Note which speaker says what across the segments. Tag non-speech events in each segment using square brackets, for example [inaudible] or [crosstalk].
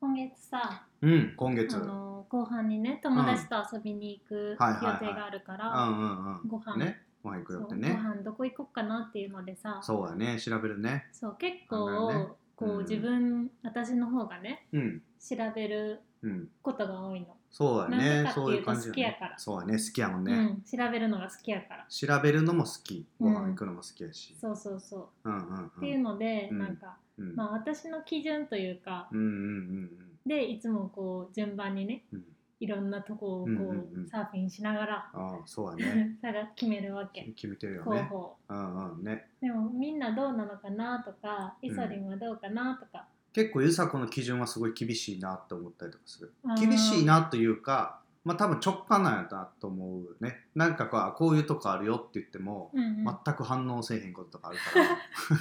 Speaker 1: 今月さ、
Speaker 2: うん、今月。
Speaker 1: あ
Speaker 2: うん
Speaker 1: の後半にね友達と遊びに行く予定
Speaker 2: はいはいはい
Speaker 1: があるから、
Speaker 2: うん
Speaker 1: ご
Speaker 2: う
Speaker 1: 飯、
Speaker 2: ん。ね。ご飯行く
Speaker 1: そう
Speaker 2: よって
Speaker 1: ご
Speaker 2: ね。
Speaker 1: 飯どこ行こうかなっていうのでさ
Speaker 2: そうだね。調べるね。
Speaker 1: そう結
Speaker 2: 考
Speaker 1: 構、
Speaker 2: えるね
Speaker 1: こ
Speaker 2: うん
Speaker 1: う自分私の方がね
Speaker 2: うん。
Speaker 1: 調べる
Speaker 2: うん。
Speaker 1: ことが多いの、
Speaker 2: そうだ
Speaker 1: なん
Speaker 2: ね
Speaker 1: で。かっ
Speaker 2: そ
Speaker 1: て
Speaker 2: う
Speaker 1: い
Speaker 2: いうう
Speaker 1: と
Speaker 2: 感じ
Speaker 1: 好
Speaker 2: だ
Speaker 1: きや
Speaker 2: ね
Speaker 1: か。ら、
Speaker 2: そうだね。好きやもん
Speaker 1: う
Speaker 2: ね。
Speaker 1: ん、調べるのが好きやから
Speaker 2: 調べるのも好き。ご
Speaker 1: う
Speaker 2: 飯
Speaker 1: ん
Speaker 2: 行くのも好きやし。
Speaker 1: そうそうそう、
Speaker 2: うんうん
Speaker 1: っ
Speaker 2: う。
Speaker 1: ていうんので、
Speaker 2: うん
Speaker 1: なんか、
Speaker 2: うん
Speaker 1: まあ、私の基準というか、
Speaker 2: うんうん
Speaker 1: でいつもこう順番にね
Speaker 2: うんうん。
Speaker 1: いろんなとこをこう、
Speaker 2: うんうんうん
Speaker 1: サーフィンしながら、
Speaker 2: ああ、そう
Speaker 1: [laughs]
Speaker 2: だね。
Speaker 1: 探決めるわけ
Speaker 2: 決めてるよ
Speaker 1: 候
Speaker 2: ね。
Speaker 1: 補
Speaker 2: うんうんね。
Speaker 1: でもみんなどうなのかなとかイソリンはどうかなとか、
Speaker 2: 結構ゆさこの基準はすごい厳しいなって思ったりとかする
Speaker 1: あー
Speaker 2: 厳しいなというかまあ多分直感なんやなと思うねなんかこうあこういうとこあるよって言っても、
Speaker 1: うんうん
Speaker 2: 全く反応せえへんこととかある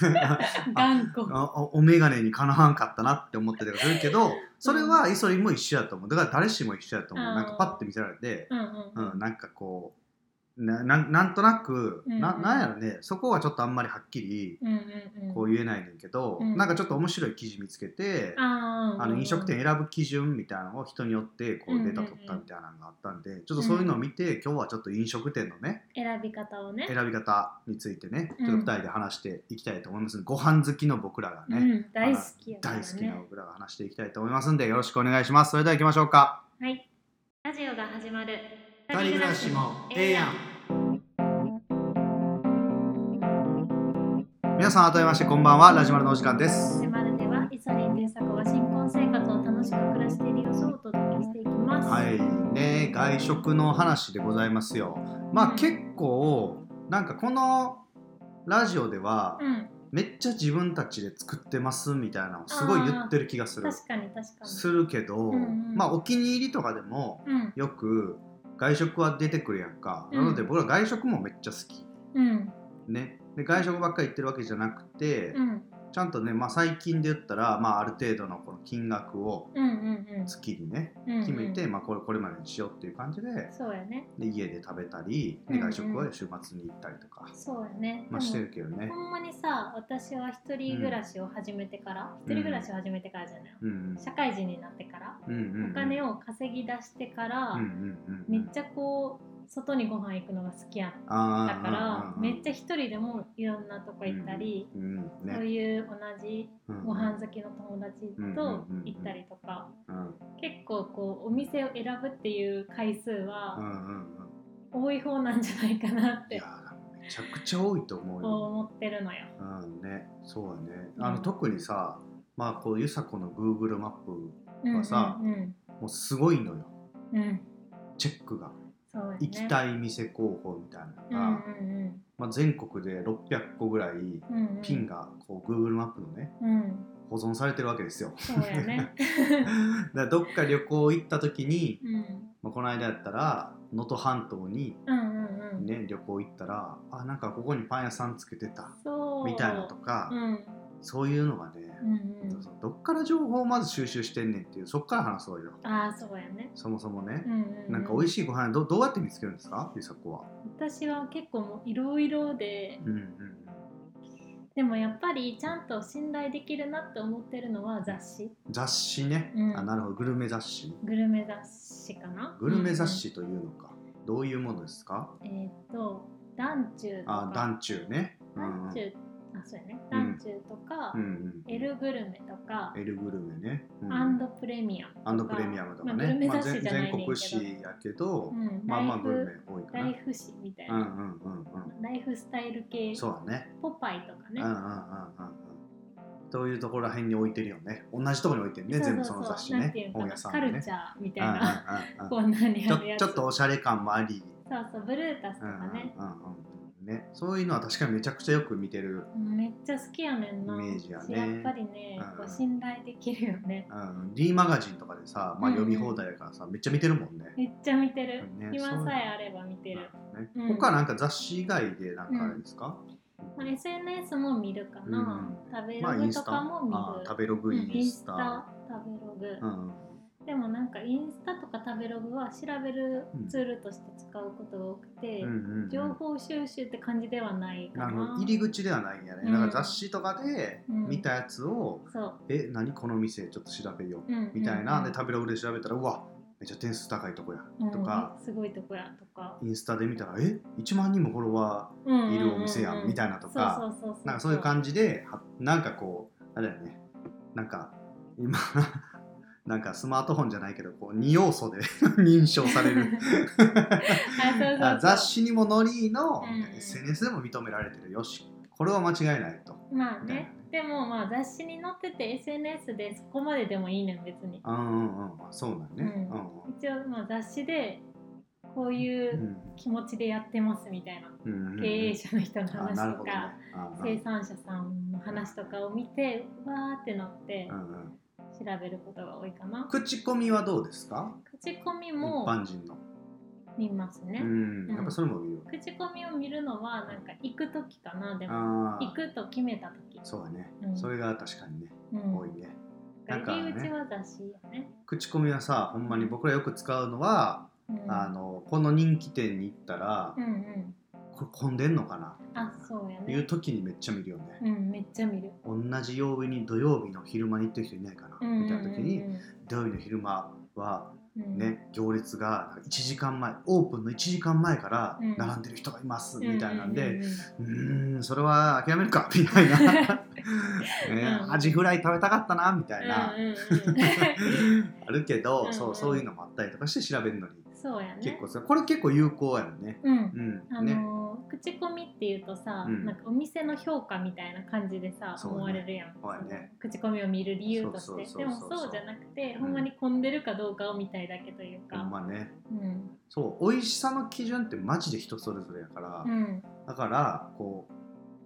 Speaker 2: から
Speaker 1: 頑固
Speaker 2: ああお眼鏡にかなわんかったなって思ったりとかするけどそれはイソリンも一緒やと思うだから誰しも一緒やと思う
Speaker 1: あー
Speaker 2: なんかパッて見せられて、
Speaker 1: うんう
Speaker 2: うんん、なんかこうななんなんとなく、
Speaker 1: う
Speaker 2: な
Speaker 1: んうん
Speaker 2: なんやろねそこはちょっとあんまりはっきり
Speaker 1: うんうんうん
Speaker 2: こう言えないねんけど、
Speaker 1: うん
Speaker 2: なんかちょっと面白い記事見つけて、
Speaker 1: あー
Speaker 2: あの飲食店
Speaker 1: うん
Speaker 2: 選ぶ基準みたいなのを人によって
Speaker 1: う
Speaker 2: こ
Speaker 1: ん
Speaker 2: う
Speaker 1: うんう
Speaker 2: デ
Speaker 1: ん
Speaker 2: ータ取ったみたいなのがあったんでちょっとそういうのを見て今日はちょっと飲食店のね
Speaker 1: 選び方をね
Speaker 2: 選び方についてね
Speaker 1: うん
Speaker 2: ちょっと2人で話していきたいと思いますご飯好きの僕らが
Speaker 1: う
Speaker 2: ね
Speaker 1: ん、大好きやから
Speaker 2: 大
Speaker 1: ね
Speaker 2: 好きな僕らが話していきたいと思いますんでよろしくお願いしますそれでは行きましょうか
Speaker 1: はいラジオが始まる
Speaker 2: 二人暮らしもええやん皆さん改めましてこんばんはラジマルのお時間です
Speaker 1: 始まるではイソリンとイサコが新婚生活を楽しく暮らしている様子をお届けしていきます
Speaker 2: はいね外食の話でございますよまあ結構なんかこのラジオでは、
Speaker 1: うん
Speaker 2: めっちゃ自分たちで作ってますみたいなのをすごい言ってる気がする
Speaker 1: 確かに確かに
Speaker 2: するけど、
Speaker 1: うんうん
Speaker 2: まあお気に入りとかでも
Speaker 1: うん
Speaker 2: よく外食は出てくるやんか、
Speaker 1: うん
Speaker 2: なので僕は外食もめっちゃ好き
Speaker 1: うん
Speaker 2: ねで外食ばっかり行ってるわけじゃなくて、
Speaker 1: うん
Speaker 2: ちゃんとね、まあ、最近で言ったら、まあ、ある程度のこの金額を
Speaker 1: うんうん
Speaker 2: 月にね
Speaker 1: うん
Speaker 2: 決めて、
Speaker 1: うん
Speaker 2: まあ、これこれまでにしようっていう感じで
Speaker 1: うんそうやね
Speaker 2: で家で食べたりで
Speaker 1: うんうん
Speaker 2: 外食は週末に行ったりとか、
Speaker 1: そうやね
Speaker 2: まあ、してるけど
Speaker 1: で
Speaker 2: ね
Speaker 1: も。ほんまにさ私は一人暮らしを始めてから、
Speaker 2: ん
Speaker 1: 一人暮らしを始めてからじゃない、
Speaker 2: うん
Speaker 1: 社会人になってから、
Speaker 2: うんうんうん、
Speaker 1: お金
Speaker 2: を、
Speaker 1: を稼ぎ出してから、
Speaker 2: うんうんうん、
Speaker 1: めっちゃこう外にご飯行くのが好きやった
Speaker 2: だ
Speaker 1: から、めっちゃ一人でもいろんなとこ行ったり、
Speaker 2: うんね
Speaker 1: そういう同じ
Speaker 2: うん
Speaker 1: ご飯好きの友達と行ったりとか、
Speaker 2: うん
Speaker 1: 結構こうお店を選ぶっていう回数
Speaker 2: う
Speaker 1: は
Speaker 2: んうんうん
Speaker 1: 多い方なんじゃないかないっ
Speaker 2: い
Speaker 1: て
Speaker 2: やめちゃくちゃ多いと思うよ、
Speaker 1: 思ってるのよ。
Speaker 2: うんね、そうだね
Speaker 1: うん
Speaker 2: あの、特にさまあこうゆさこの Google マッ
Speaker 1: うん
Speaker 2: はさ
Speaker 1: うん
Speaker 2: プもうすごいのよ
Speaker 1: うんうん
Speaker 2: チェックが
Speaker 1: そうやね
Speaker 2: 行きたい店候補みたいなの
Speaker 1: う
Speaker 2: が、
Speaker 1: んうん
Speaker 2: まあ、全国で600個ぐらい
Speaker 1: うんうんうん
Speaker 2: ピンがこう Google マップのね
Speaker 1: うん
Speaker 2: 保存されてるわけで
Speaker 1: [laughs]
Speaker 2: すよ
Speaker 1: そうやね
Speaker 2: だからどっか旅行行った時に、
Speaker 1: うん
Speaker 2: まあ、この間やったら能登半島に
Speaker 1: うんうんうん
Speaker 2: ね、旅行行ったらあなんかここにパン屋さんつけてた
Speaker 1: そう
Speaker 2: みたいなとか、
Speaker 1: うん
Speaker 2: そういうのがね、
Speaker 1: うんう
Speaker 2: そうどっから情報をまず収集してんねんっていうそっから話そうよ
Speaker 1: んああそうやね
Speaker 2: そもそもね
Speaker 1: う、んうんうん
Speaker 2: なんか美味しいご飯どどうやって見つけるんですかゆさこは、
Speaker 1: 私は結構もういろいろで
Speaker 2: うんうん
Speaker 1: でもやっぱりちゃんと信頼できるなって思ってるのは雑誌
Speaker 2: うん、雑誌ね、
Speaker 1: うん
Speaker 2: あなるほどグルメ雑誌
Speaker 1: グルメ雑誌かな
Speaker 2: グルメ雑、誌というのか、どういうものですか
Speaker 1: うんうんえーっ、と「ダンチュー」と
Speaker 2: あ
Speaker 1: か
Speaker 2: 団中ね
Speaker 1: 「
Speaker 2: う
Speaker 1: ダン
Speaker 2: ん
Speaker 1: チュー」あそうやね「ダンチュー」とか
Speaker 2: うんうん
Speaker 1: 「エルグルメ」とか
Speaker 2: エルグルメね、う
Speaker 1: 「
Speaker 2: ん
Speaker 1: アンドプレミアム」
Speaker 2: アンドプレミアムとか
Speaker 1: まあグル
Speaker 2: ね、
Speaker 1: メ
Speaker 2: まあ
Speaker 1: 雑誌
Speaker 2: 全
Speaker 1: じゃないねん
Speaker 2: 全
Speaker 1: けど
Speaker 2: 国誌やけど、
Speaker 1: うん
Speaker 2: まあま
Speaker 1: ラ
Speaker 2: あ
Speaker 1: イ
Speaker 2: グ
Speaker 1: フ
Speaker 2: ルメ多いか
Speaker 1: ラ
Speaker 2: な
Speaker 1: イフ誌みたい
Speaker 2: うんう
Speaker 1: な、
Speaker 2: んうんうん
Speaker 1: ライフスタイル系
Speaker 2: そうだね
Speaker 1: ポパイとかね、
Speaker 2: うんうんうんうんうんというところら辺に置いてるよね同じところに置いてるね全部その雑誌
Speaker 1: なん
Speaker 2: ね
Speaker 1: ていうの
Speaker 2: 本
Speaker 1: かな
Speaker 2: 屋さん
Speaker 1: カ
Speaker 2: の
Speaker 1: ル
Speaker 2: ね
Speaker 1: チャーみた
Speaker 2: う
Speaker 1: い
Speaker 2: んうん
Speaker 1: な、
Speaker 2: うんうん
Speaker 1: こんなに
Speaker 2: ち
Speaker 1: あ
Speaker 2: ょ
Speaker 1: るやつ
Speaker 2: ちょっとおしゃれ感もあり、
Speaker 1: そうそうブルータスと
Speaker 2: うんうんうん
Speaker 1: かね、
Speaker 2: うんね、そういうのは確かにめちゃくちゃよく見てる、
Speaker 1: めっちゃ好きやねんな
Speaker 2: イメージやね
Speaker 1: やっぱりね、
Speaker 2: うん
Speaker 1: こう信頼できるよね
Speaker 2: うん、D マガジンとかでさ、まあ、
Speaker 1: うんうん
Speaker 2: 読み放題やからさ、めっちゃ見てるもんね。
Speaker 1: めっちゃ見てる、
Speaker 2: ね
Speaker 1: 今さえあれば見てる、
Speaker 2: ね
Speaker 1: うん
Speaker 2: 他なんか雑誌以外でなんかあれですか、
Speaker 1: まあ、SNS も見るかな、
Speaker 2: うん
Speaker 1: 食べ
Speaker 2: まあ
Speaker 1: ロ
Speaker 2: イ
Speaker 1: グ
Speaker 2: ンス
Speaker 1: と
Speaker 2: タ
Speaker 1: かも見る、
Speaker 2: あー食べログイ
Speaker 1: うんイ
Speaker 2: ン
Speaker 1: ン
Speaker 2: ス
Speaker 1: ス
Speaker 2: タ
Speaker 1: タ食べログ、
Speaker 2: うん
Speaker 1: でもなんかインスタとか食べログは調べるツールとして使うことが多くて、
Speaker 2: うんうんうん
Speaker 1: 情報収集って感じではないか
Speaker 2: な
Speaker 1: な
Speaker 2: るほど入り口ではないんやね、
Speaker 1: うん
Speaker 2: だから雑誌とかで
Speaker 1: うん
Speaker 2: 見たやつを、
Speaker 1: そう、
Speaker 2: え何この店ちょっと調べよう
Speaker 1: うんうんうん
Speaker 2: みたいな、で食べログで調べたらうわめっちゃ点数高いとこや、とか
Speaker 1: うん、すごいとこやとか、
Speaker 2: インスタで見たらえ1万人もフォロワ
Speaker 1: うんうんうんうん
Speaker 2: ーいるお店やんみたいなとか、
Speaker 1: そうそうそうそう
Speaker 2: なんかそういう感じではなんかこうあれだよねなんか今 [laughs] なんかスマートフォンじゃないけどこう2要素で [laughs] 認証さ
Speaker 1: [laughs]
Speaker 2: れる
Speaker 1: あそうそうそう
Speaker 2: あ雑誌にもノリの、
Speaker 1: うん
Speaker 2: SNS でも認められてるよしこれは間違いないと。
Speaker 1: まあねでもまあ雑誌に載ってて SNS でそこまででもいいねん別に
Speaker 2: うんうんうん、まあそうなんね。
Speaker 1: うん一応まあ雑誌でこうい
Speaker 2: うんう
Speaker 1: ううん気持ちでやってますみたいな、
Speaker 2: うんうんうん
Speaker 1: 経営者の人の
Speaker 2: あ
Speaker 1: 話
Speaker 2: なる
Speaker 1: と
Speaker 2: ほどね
Speaker 1: か、
Speaker 2: あー
Speaker 1: 生産者さんの話とかを見てわーって載って
Speaker 2: うんうん
Speaker 1: 調べることが多いかな、
Speaker 2: 口コミはどうですか
Speaker 1: 口コミ
Speaker 2: 一
Speaker 1: も
Speaker 2: 般人の。
Speaker 1: 見ますね、
Speaker 2: うん、やっぱそれも見るよ。
Speaker 1: 口コミを見るのはなんか行く時かなでも
Speaker 2: ああ
Speaker 1: 行くと決めた時
Speaker 2: そうだね、
Speaker 1: うん
Speaker 2: それが確かにね、
Speaker 1: うん
Speaker 2: 多いね。なんかね
Speaker 1: 入り口は雑誌やね、
Speaker 2: 口コミはさ、ほんまに僕らよく使うのは、
Speaker 1: うん、
Speaker 2: あのこの人気店に行ったら、
Speaker 1: うんうん
Speaker 2: これ混んでんのかな
Speaker 1: あそうや
Speaker 2: いう
Speaker 1: ね
Speaker 2: 時にめっちゃ見るよね。
Speaker 1: うんめっちゃ見る
Speaker 2: 同じ曜日に土曜日の昼間に行ってる人いないかな、みたいな時に、
Speaker 1: うん
Speaker 2: 土曜日の昼間は
Speaker 1: うんうん
Speaker 2: ね、行列が1時間前オープンの1時間前から
Speaker 1: うん
Speaker 2: 並んでる人がいます、
Speaker 1: うん
Speaker 2: みたいなん
Speaker 1: う
Speaker 2: で
Speaker 1: んうん
Speaker 2: うーんそれは諦めるかみたいな、
Speaker 1: [laughs]
Speaker 2: ね
Speaker 1: うん
Speaker 2: アジフライ食べたかったなみたいな、
Speaker 1: うんうんうん [laughs]
Speaker 2: あるけど、
Speaker 1: うんうん
Speaker 2: そうそういうのもあったりとかして調べるのに
Speaker 1: そうやね
Speaker 2: 結構さこれ結構有効やんね。
Speaker 1: うん
Speaker 2: うん
Speaker 1: あ
Speaker 2: ね
Speaker 1: のー口コミっていうとさ、
Speaker 2: うん
Speaker 1: なんかお店の評価みたいな感じでさ、
Speaker 2: そうね
Speaker 1: 思われるやん、
Speaker 2: そうやね
Speaker 1: 口コミを見る理由として
Speaker 2: そうそうそうそう
Speaker 1: でもそうじゃなくて、
Speaker 2: うん
Speaker 1: ほんまに混んでるかどうかを見たいだけという
Speaker 2: ほ
Speaker 1: か、
Speaker 2: んまね
Speaker 1: うん
Speaker 2: そう美味しさの基準ってマジで人それぞれやから、
Speaker 1: うん
Speaker 2: だからこ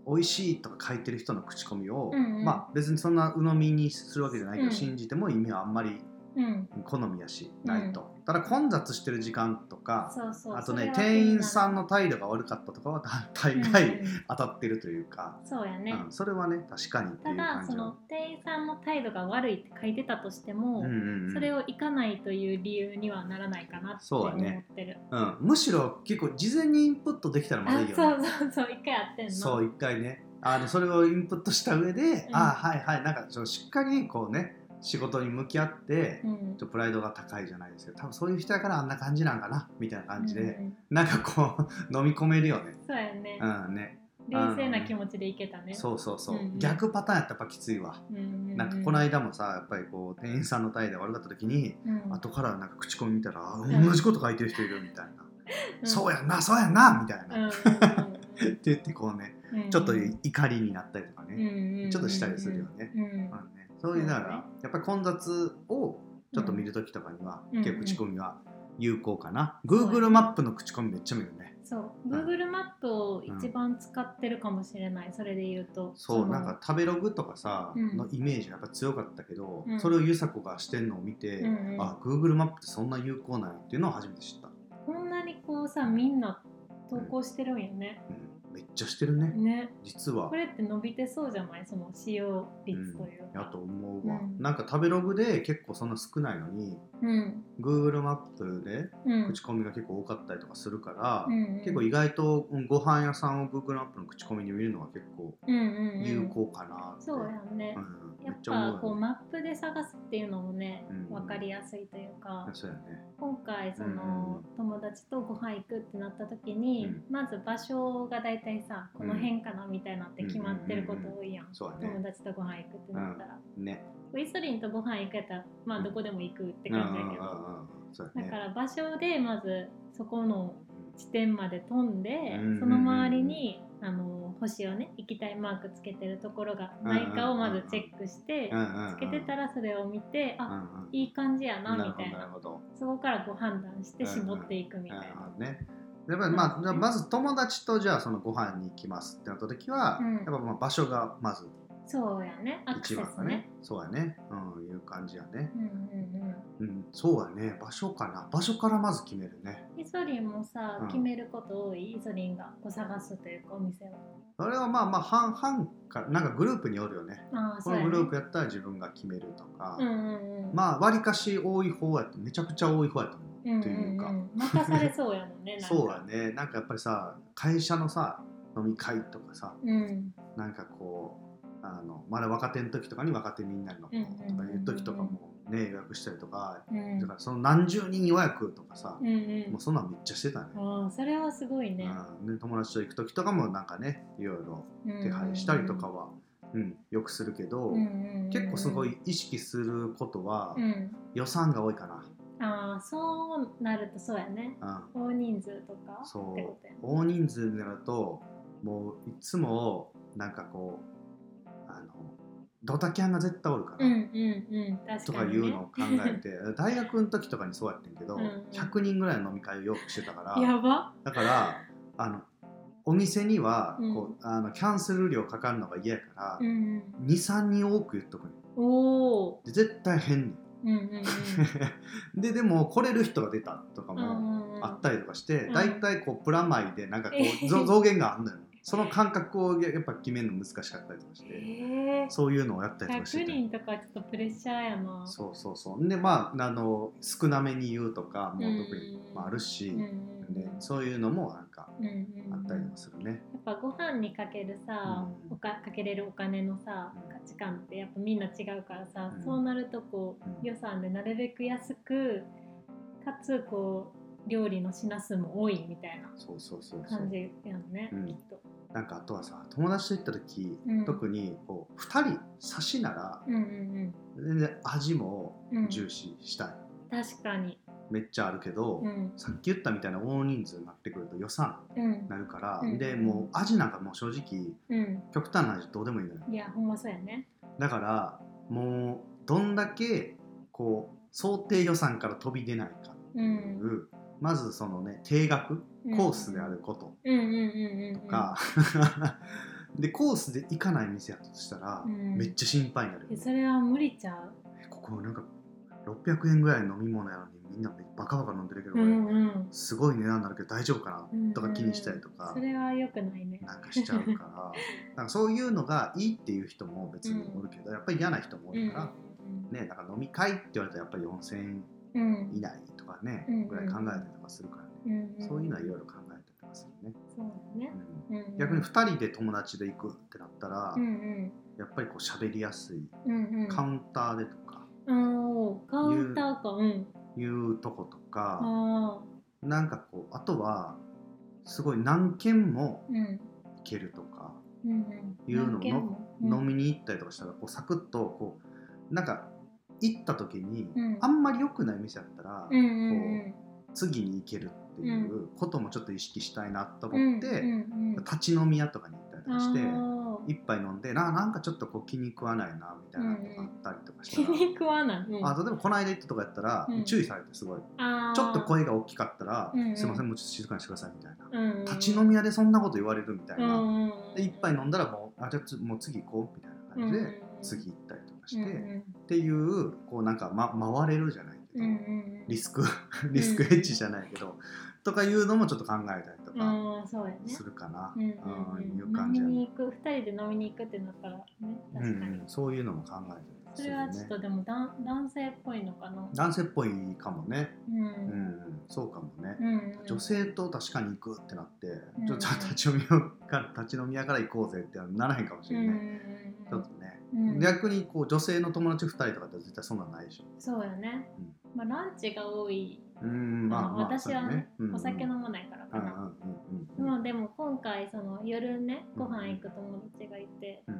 Speaker 2: う美味しいとか書いてる人の口コミを、
Speaker 1: うんうん
Speaker 2: まあ別にそんな鵜呑みにするわけじゃないけど、
Speaker 1: うん
Speaker 2: 信じても意味はあんまり
Speaker 1: うん
Speaker 2: 好みやし
Speaker 1: うん
Speaker 2: ないと、ただ混雑してる時間とか
Speaker 1: そうそう
Speaker 2: あと
Speaker 1: それ
Speaker 2: ね
Speaker 1: は気
Speaker 2: 店
Speaker 1: にな
Speaker 2: 員
Speaker 1: る
Speaker 2: さんの態度が悪かったとか
Speaker 1: [laughs]
Speaker 2: はだ大
Speaker 1: うん
Speaker 2: 概
Speaker 1: うん
Speaker 2: 当たってるというか、
Speaker 1: そうやね、
Speaker 2: うんそれはね確かにってい
Speaker 1: た
Speaker 2: う
Speaker 1: だ
Speaker 2: 感
Speaker 1: そ
Speaker 2: じ
Speaker 1: の
Speaker 2: の、
Speaker 1: 店員さんの態度が悪いって書いてたとしても、
Speaker 2: うんうんうん
Speaker 1: それを行かないという理由にはならないかなって
Speaker 2: そう
Speaker 1: 思
Speaker 2: やね
Speaker 1: ってる、
Speaker 2: うん、むしろ結構事前にインプットできたらま
Speaker 1: あ
Speaker 2: だいいよね
Speaker 1: そうそうそう一回やってんの
Speaker 2: そう一回ねあのそれをインプットした上で、
Speaker 1: うん
Speaker 2: ああはいはいなんかちょっとしっかりこうね仕事に向き合って、
Speaker 1: うん
Speaker 2: ちょっとプライドが高いじゃないですけど多分そういう人やからあんな感じなんかなみたいな感じで、
Speaker 1: うんうん
Speaker 2: なんかこう [laughs] 飲み込めるよね。
Speaker 1: そうやね、
Speaker 2: うんね、
Speaker 1: 冷静な気持ちでいけたね
Speaker 2: そうそうそう、
Speaker 1: うんうん
Speaker 2: 逆パターンやったらやっぱきついわ、
Speaker 1: うんうんうん
Speaker 2: なんかこの間もさやっぱりこう店員さんの態度が悪かった時に、
Speaker 1: うん
Speaker 2: 後からなんか口コミ見たら、あ
Speaker 1: ん
Speaker 2: 同じこと書いてる人いるみたいな、
Speaker 1: うん
Speaker 2: そうやんなそうやんなみたいな、
Speaker 1: うん
Speaker 2: っ
Speaker 1: うん
Speaker 2: て言ってこうね
Speaker 1: うんうん
Speaker 2: [laughs] ちょっと怒りになったりとかね、
Speaker 1: うんうん
Speaker 2: ちょっとしたりするよね。
Speaker 1: うん
Speaker 2: まあね、そういうな
Speaker 1: そうね
Speaker 2: ら、やっぱり混雑をちょっと見るときとかには、
Speaker 1: うん
Speaker 2: 結構口コミは有効かな。
Speaker 1: ん
Speaker 2: Google マップの口コミめっちゃ見るね。
Speaker 1: そう Google マップを一番使ってるかもしれない、それで言うと
Speaker 2: そう、
Speaker 1: の
Speaker 2: なんか食べログとかさ、
Speaker 1: うん
Speaker 2: のイメージがやっぱ強かったけど、
Speaker 1: うん
Speaker 2: それをゆさこがしてんのを見て、
Speaker 1: うんうん
Speaker 2: あ、Google マップってそんな有効なんやっていうのを初めて知った。
Speaker 1: こんなにこうさみんな投稿してるんよね、
Speaker 2: うん、めっちゃしてるね。
Speaker 1: ね
Speaker 2: 実は
Speaker 1: こ。れって伸びてそうじゃないその使用率という
Speaker 2: や
Speaker 1: か
Speaker 2: と、思うわ、
Speaker 1: うん
Speaker 2: なんか食べログで結構そんな少ないのに、
Speaker 1: うん、
Speaker 2: Google マップで
Speaker 1: うん
Speaker 2: 口コミが結構多かったりとかするから、
Speaker 1: うん、
Speaker 2: 結構意外とうんご飯屋さんを Google マップの口コミで見るのは結構
Speaker 1: うんうんうん
Speaker 2: 有効かなって、
Speaker 1: そうやんね、
Speaker 2: うんめ
Speaker 1: や
Speaker 2: っ
Speaker 1: っ
Speaker 2: ちゃ
Speaker 1: ぱこ
Speaker 2: 思
Speaker 1: う
Speaker 2: うよね
Speaker 1: マップで探すっていうのもね、
Speaker 2: うん
Speaker 1: 分かりやすいというか、
Speaker 2: そうやね
Speaker 1: 今回その、友達とご飯行くってなった時
Speaker 2: う
Speaker 1: に、
Speaker 2: ん
Speaker 1: まず場所が大体さこの辺かなみたいなって決まってること多いやん,、
Speaker 2: そうやね
Speaker 1: 友達とご飯行くってなったら、
Speaker 2: ね
Speaker 1: ウィスリンとご飯行くやったらまあどこでも行くって感じやけど、
Speaker 2: うんうんうんそうや
Speaker 1: だ
Speaker 2: ね
Speaker 1: から場所でまずそこの地点まで飛んで、
Speaker 2: うん
Speaker 1: その周りにあの星をね行きたいマークつけてるところがないかをまずチェックして、
Speaker 2: うんうんうん
Speaker 1: つけてたらそれを見て、
Speaker 2: う
Speaker 1: あ
Speaker 2: んうん
Speaker 1: いい感じやな
Speaker 2: な
Speaker 1: み
Speaker 2: る
Speaker 1: た
Speaker 2: ほど
Speaker 1: い
Speaker 2: なる
Speaker 1: な
Speaker 2: ほど
Speaker 1: そこからこう判断して
Speaker 2: うんうん
Speaker 1: 絞っていくみたい
Speaker 2: なる
Speaker 1: な。
Speaker 2: ほどねやっぱりまあ、じゃあまず友達とじゃあそのご飯に行きますってなった時は、
Speaker 1: うん
Speaker 2: やっぱまあ場所がまず
Speaker 1: そうやねアクセ
Speaker 2: 一番
Speaker 1: ス
Speaker 2: が
Speaker 1: ね
Speaker 2: ねそうやねうんいう感じやね
Speaker 1: うんうんうん
Speaker 2: うんそうやね場所かな場所からまず決めるね
Speaker 1: イソリンもさ、
Speaker 2: うん
Speaker 1: 決めること多いイソリンがこう探すというかお店を
Speaker 2: あれはまあまあ半々かなんかグループによるよね
Speaker 1: ああ
Speaker 2: こ
Speaker 1: そう
Speaker 2: の
Speaker 1: や
Speaker 2: グ
Speaker 1: ね
Speaker 2: ループやったら自分が決めるとか、
Speaker 1: うんうんうん
Speaker 2: まあわりかし多い方やとめちゃくちゃ多い方やと
Speaker 1: う
Speaker 2: 思う、
Speaker 1: ん
Speaker 2: というか
Speaker 1: んん任されそうやもん
Speaker 2: [laughs]
Speaker 1: ねなんか
Speaker 2: そうやねなんかやっぱりさ会社のさ飲み会とかさ
Speaker 1: うん
Speaker 2: なんかこうあのまだ若手の時とかに若手みんなのとかいう時とかもね予約したりとか
Speaker 1: うん
Speaker 2: だからその何十人予約とかさ、
Speaker 1: うんうん
Speaker 2: もうそんなんめっちゃしてたね,、
Speaker 1: ああそれはすごいね、
Speaker 2: うんね友達と行く時とかもなんかねいろいろ
Speaker 1: うん、
Speaker 2: 手配したりとかは、うん、よくするけど、
Speaker 1: うんうんうん
Speaker 2: 結構すごい意識することは
Speaker 1: うん
Speaker 2: 予算が多いかな、
Speaker 1: ああそうなるとそうやね
Speaker 2: うん、
Speaker 1: 大人数とか
Speaker 2: そう
Speaker 1: ってことやね
Speaker 2: 大人数になるともういつもなんかこうあのドタキャンが絶対おるから、
Speaker 1: うんうんうん確かに、ね、
Speaker 2: とかいうのを考えて大学の時とかにそうやってんけど、
Speaker 1: うんうん
Speaker 2: 100人ぐらいの飲み会をよくしてたから
Speaker 1: やば
Speaker 2: だからあのお店には
Speaker 1: うん
Speaker 2: こう、あのキャンセル料かかるのが嫌やから、
Speaker 1: うん
Speaker 2: 23人多く言っとくね
Speaker 1: うんおお
Speaker 2: で絶対変ねん
Speaker 1: うんうん
Speaker 2: [laughs]
Speaker 1: うん
Speaker 2: ででも来れる人が出たとか
Speaker 1: うん
Speaker 2: も
Speaker 1: うんうん
Speaker 2: あったりとかして
Speaker 1: うん
Speaker 2: 大体、こうプラマイでなんかこ
Speaker 1: [laughs]
Speaker 2: うぞ増減があんのよその感覚をやっぱ決めるの難しかったりとかして
Speaker 1: えー
Speaker 2: そういうのをやったりとかして
Speaker 1: 100
Speaker 2: て
Speaker 1: 人とかちょっとプレッシャーやな
Speaker 2: そうそうそうでまああの少なめに言うとかもう特に
Speaker 1: うん
Speaker 2: まああるし、
Speaker 1: うんうん
Speaker 2: でそういうのもなんか
Speaker 1: うんうんうん
Speaker 2: あったりもするね、
Speaker 1: やっぱご飯にかけるさ、
Speaker 2: うん
Speaker 1: おかかけれるお金のさ
Speaker 2: うん
Speaker 1: 価値観ってやっぱみんな違うからさ、
Speaker 2: うん
Speaker 1: そうなるとこう、
Speaker 2: うん
Speaker 1: 予算でなるべく安くかつこう料理の品数も多いみたいな
Speaker 2: そうそうそうそ
Speaker 1: 感
Speaker 2: う
Speaker 1: じやんね、
Speaker 2: うん
Speaker 1: きっと。
Speaker 2: なんかあとはさ友達と行った時、
Speaker 1: うん
Speaker 2: 特にこう2人差しなら
Speaker 1: うんうん
Speaker 2: 全然味も
Speaker 1: うんうん、
Speaker 2: 重視したい、
Speaker 1: 確かに、
Speaker 2: めっちゃあるけど、
Speaker 1: うん
Speaker 2: さっき言ったみたいな大人数になってくると予算
Speaker 1: うん
Speaker 2: になるから、
Speaker 1: うん
Speaker 2: でもう味なんかもう正直
Speaker 1: う
Speaker 2: 極端な味どうでもいいのよ
Speaker 1: ん、いやほんまそうやね。
Speaker 2: だからもうどんだけこう想定予算から飛び出ないかって
Speaker 1: う
Speaker 2: い
Speaker 1: ん
Speaker 2: う、まずそのね定額コースであること
Speaker 1: うんうんうんうん
Speaker 2: とか、 [laughs] でコースで行かない店やったとしたら、
Speaker 1: うん
Speaker 2: めっちゃ心配になる
Speaker 1: えそれは無理ちゃう。
Speaker 2: ここなんか600円ぐらいの飲み物やのにみんなバカバカ飲んでるけど、
Speaker 1: う
Speaker 2: 俺
Speaker 1: んうん
Speaker 2: すごい値段になるけど大丈夫か
Speaker 1: うんうん
Speaker 2: なとか気にしたりとか、
Speaker 1: それは良くないね。
Speaker 2: なんかしちゃうから
Speaker 1: [laughs]
Speaker 2: なんかそういうのがいいっていう人も別におるけど、やっぱり嫌な人もおるから、ねなんか飲み会って言われたらやっぱり4000円
Speaker 1: うんうん
Speaker 2: 以内とかね、
Speaker 1: うん
Speaker 2: ぐらい考えたりとかするからね、
Speaker 1: うんうん、
Speaker 2: そういうのはいろいろ考えたりとかするね、
Speaker 1: そうだね
Speaker 2: う。ん
Speaker 1: うんうん
Speaker 2: 逆に2人で友達で行くってなったら、
Speaker 1: うんうん
Speaker 2: やっぱりこう喋りやすい
Speaker 1: うんうん。
Speaker 2: カウンターでとか
Speaker 1: おーカウンターか。うん。
Speaker 2: いうとことか、
Speaker 1: ああ。
Speaker 2: なんかこうあとはすごい何軒も
Speaker 1: うんうん
Speaker 2: 行けるとか、
Speaker 1: うん。
Speaker 2: いうのも
Speaker 1: 何軒もうん
Speaker 2: 飲みに行ったりとかしたらこうサクッとこうなんか行った時に、
Speaker 1: うん
Speaker 2: あんまり良くない店だったら、
Speaker 1: うんうん
Speaker 2: 次に行けるっていうこともちょっと意識したいなと
Speaker 1: うん。
Speaker 2: 思って、
Speaker 1: うんうんうん、
Speaker 2: 立ち飲み屋とかに行ったりとかして
Speaker 1: あー
Speaker 2: 一杯飲んでななんかちょっとこう気に食わないなみたいなのとかあったりとかし
Speaker 1: 気
Speaker 2: たら、
Speaker 1: に食わない。うん、
Speaker 2: あ例えばこの間行ったとかやったら、
Speaker 1: うん
Speaker 2: 注意されてすごい
Speaker 1: あー
Speaker 2: ちょっと声が大きかったら「
Speaker 1: うんうん
Speaker 2: すいませんもうちょっと静かにしてください」みたいな、
Speaker 1: うんうん、
Speaker 2: 立ち飲み屋でそんなこと言われるみたい
Speaker 1: うん
Speaker 2: な、
Speaker 1: うんうん、
Speaker 2: で一杯飲んだらもうあじゃあつもう次行こうみたいな感じで、
Speaker 1: うんうんうん、
Speaker 2: 次行ったりとかして、
Speaker 1: うん
Speaker 2: っ
Speaker 1: うん
Speaker 2: ていうこうなんか、ま、回れるじゃないけ
Speaker 1: うん
Speaker 2: ど、
Speaker 1: うん、
Speaker 2: リスクリスクヘッジじゃないけど、とかいうのもちょっと考えたりとか
Speaker 1: ああそうやね。
Speaker 2: するかな、
Speaker 1: うんうん
Speaker 2: うん
Speaker 1: うん、
Speaker 2: いう感じや
Speaker 1: 飲み
Speaker 2: ね、
Speaker 1: に行く二人で飲みに行くってなったらね
Speaker 2: うん
Speaker 1: 確かに、
Speaker 2: うんそういうのも考えたりとか
Speaker 1: そ
Speaker 2: する
Speaker 1: れ
Speaker 2: よ
Speaker 1: はちょっ
Speaker 2: ね
Speaker 1: とでもだん男性っぽいのかな。
Speaker 2: 男性っぽいかもね、
Speaker 1: うん
Speaker 2: うんそうかもね、
Speaker 1: うんうん、
Speaker 2: 女性と確かに行くってなって、
Speaker 1: ん
Speaker 2: ちょっと立ち飲み屋から立ち飲み屋から行こうぜってならへんかもしれない、ねちょっとね、
Speaker 1: うんうん、
Speaker 2: 逆にこう女性の友達2人とかって絶対そんなんないでしょ
Speaker 1: そうやね、まあ、ランチが多い、
Speaker 2: うんまあ
Speaker 1: あの
Speaker 2: まあ
Speaker 1: 私は
Speaker 2: そうだ
Speaker 1: ね、
Speaker 2: うんうん
Speaker 1: お酒飲まないから
Speaker 2: う
Speaker 1: か
Speaker 2: んうん
Speaker 1: な、
Speaker 2: うんうん
Speaker 1: まあ、でも今回その夜ねご飯行く友達がいて、
Speaker 2: うん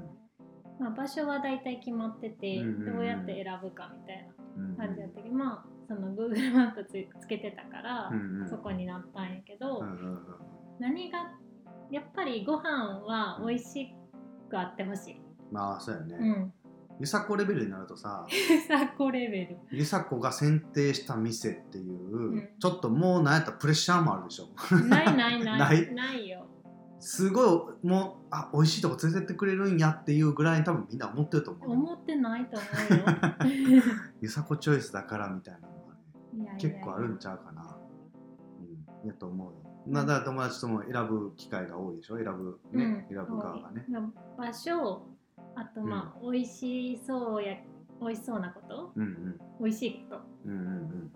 Speaker 1: まあ、場所は大体決まってて、
Speaker 2: うんうんうん
Speaker 1: どうやって選ぶかみたい
Speaker 2: うん
Speaker 1: な感じだったけど、まあその Google マップつつけてたから、
Speaker 2: うんうん
Speaker 1: そこになったんやけど、
Speaker 2: うんうんうん
Speaker 1: 何がやっぱりご飯は美味しくあってほしい。
Speaker 2: まあそうやね、
Speaker 1: うん。 [laughs]
Speaker 2: ゆさこレベルになるとさ
Speaker 1: さこレベ
Speaker 2: [laughs]
Speaker 1: ル。
Speaker 2: ゆさこが選定した店っていう、
Speaker 1: うん
Speaker 2: ちょっともうなんやったらプレッシャーもあるでしょ
Speaker 1: ないないない。
Speaker 2: ない
Speaker 1: ないよ。
Speaker 2: すごいもうあ美味しいとこ連れてってくれるんやっていうぐらいに多分みんな思ってると思う
Speaker 1: 思ってないと
Speaker 2: [laughs]
Speaker 1: 思うよ
Speaker 2: ゆさこチョイスだからみたいなのがね
Speaker 1: いやいや
Speaker 2: 結構あるんちゃうかなうんやと思うよなだから友達とも選ぶ機会が多いでしょ選ぶね、
Speaker 1: うん
Speaker 2: 選ぶ側がね
Speaker 1: 多いだから場所あとまあ、美味しそうや美味しそうなこと
Speaker 2: うんうん
Speaker 1: 美味しいこと
Speaker 2: うんうんうんうん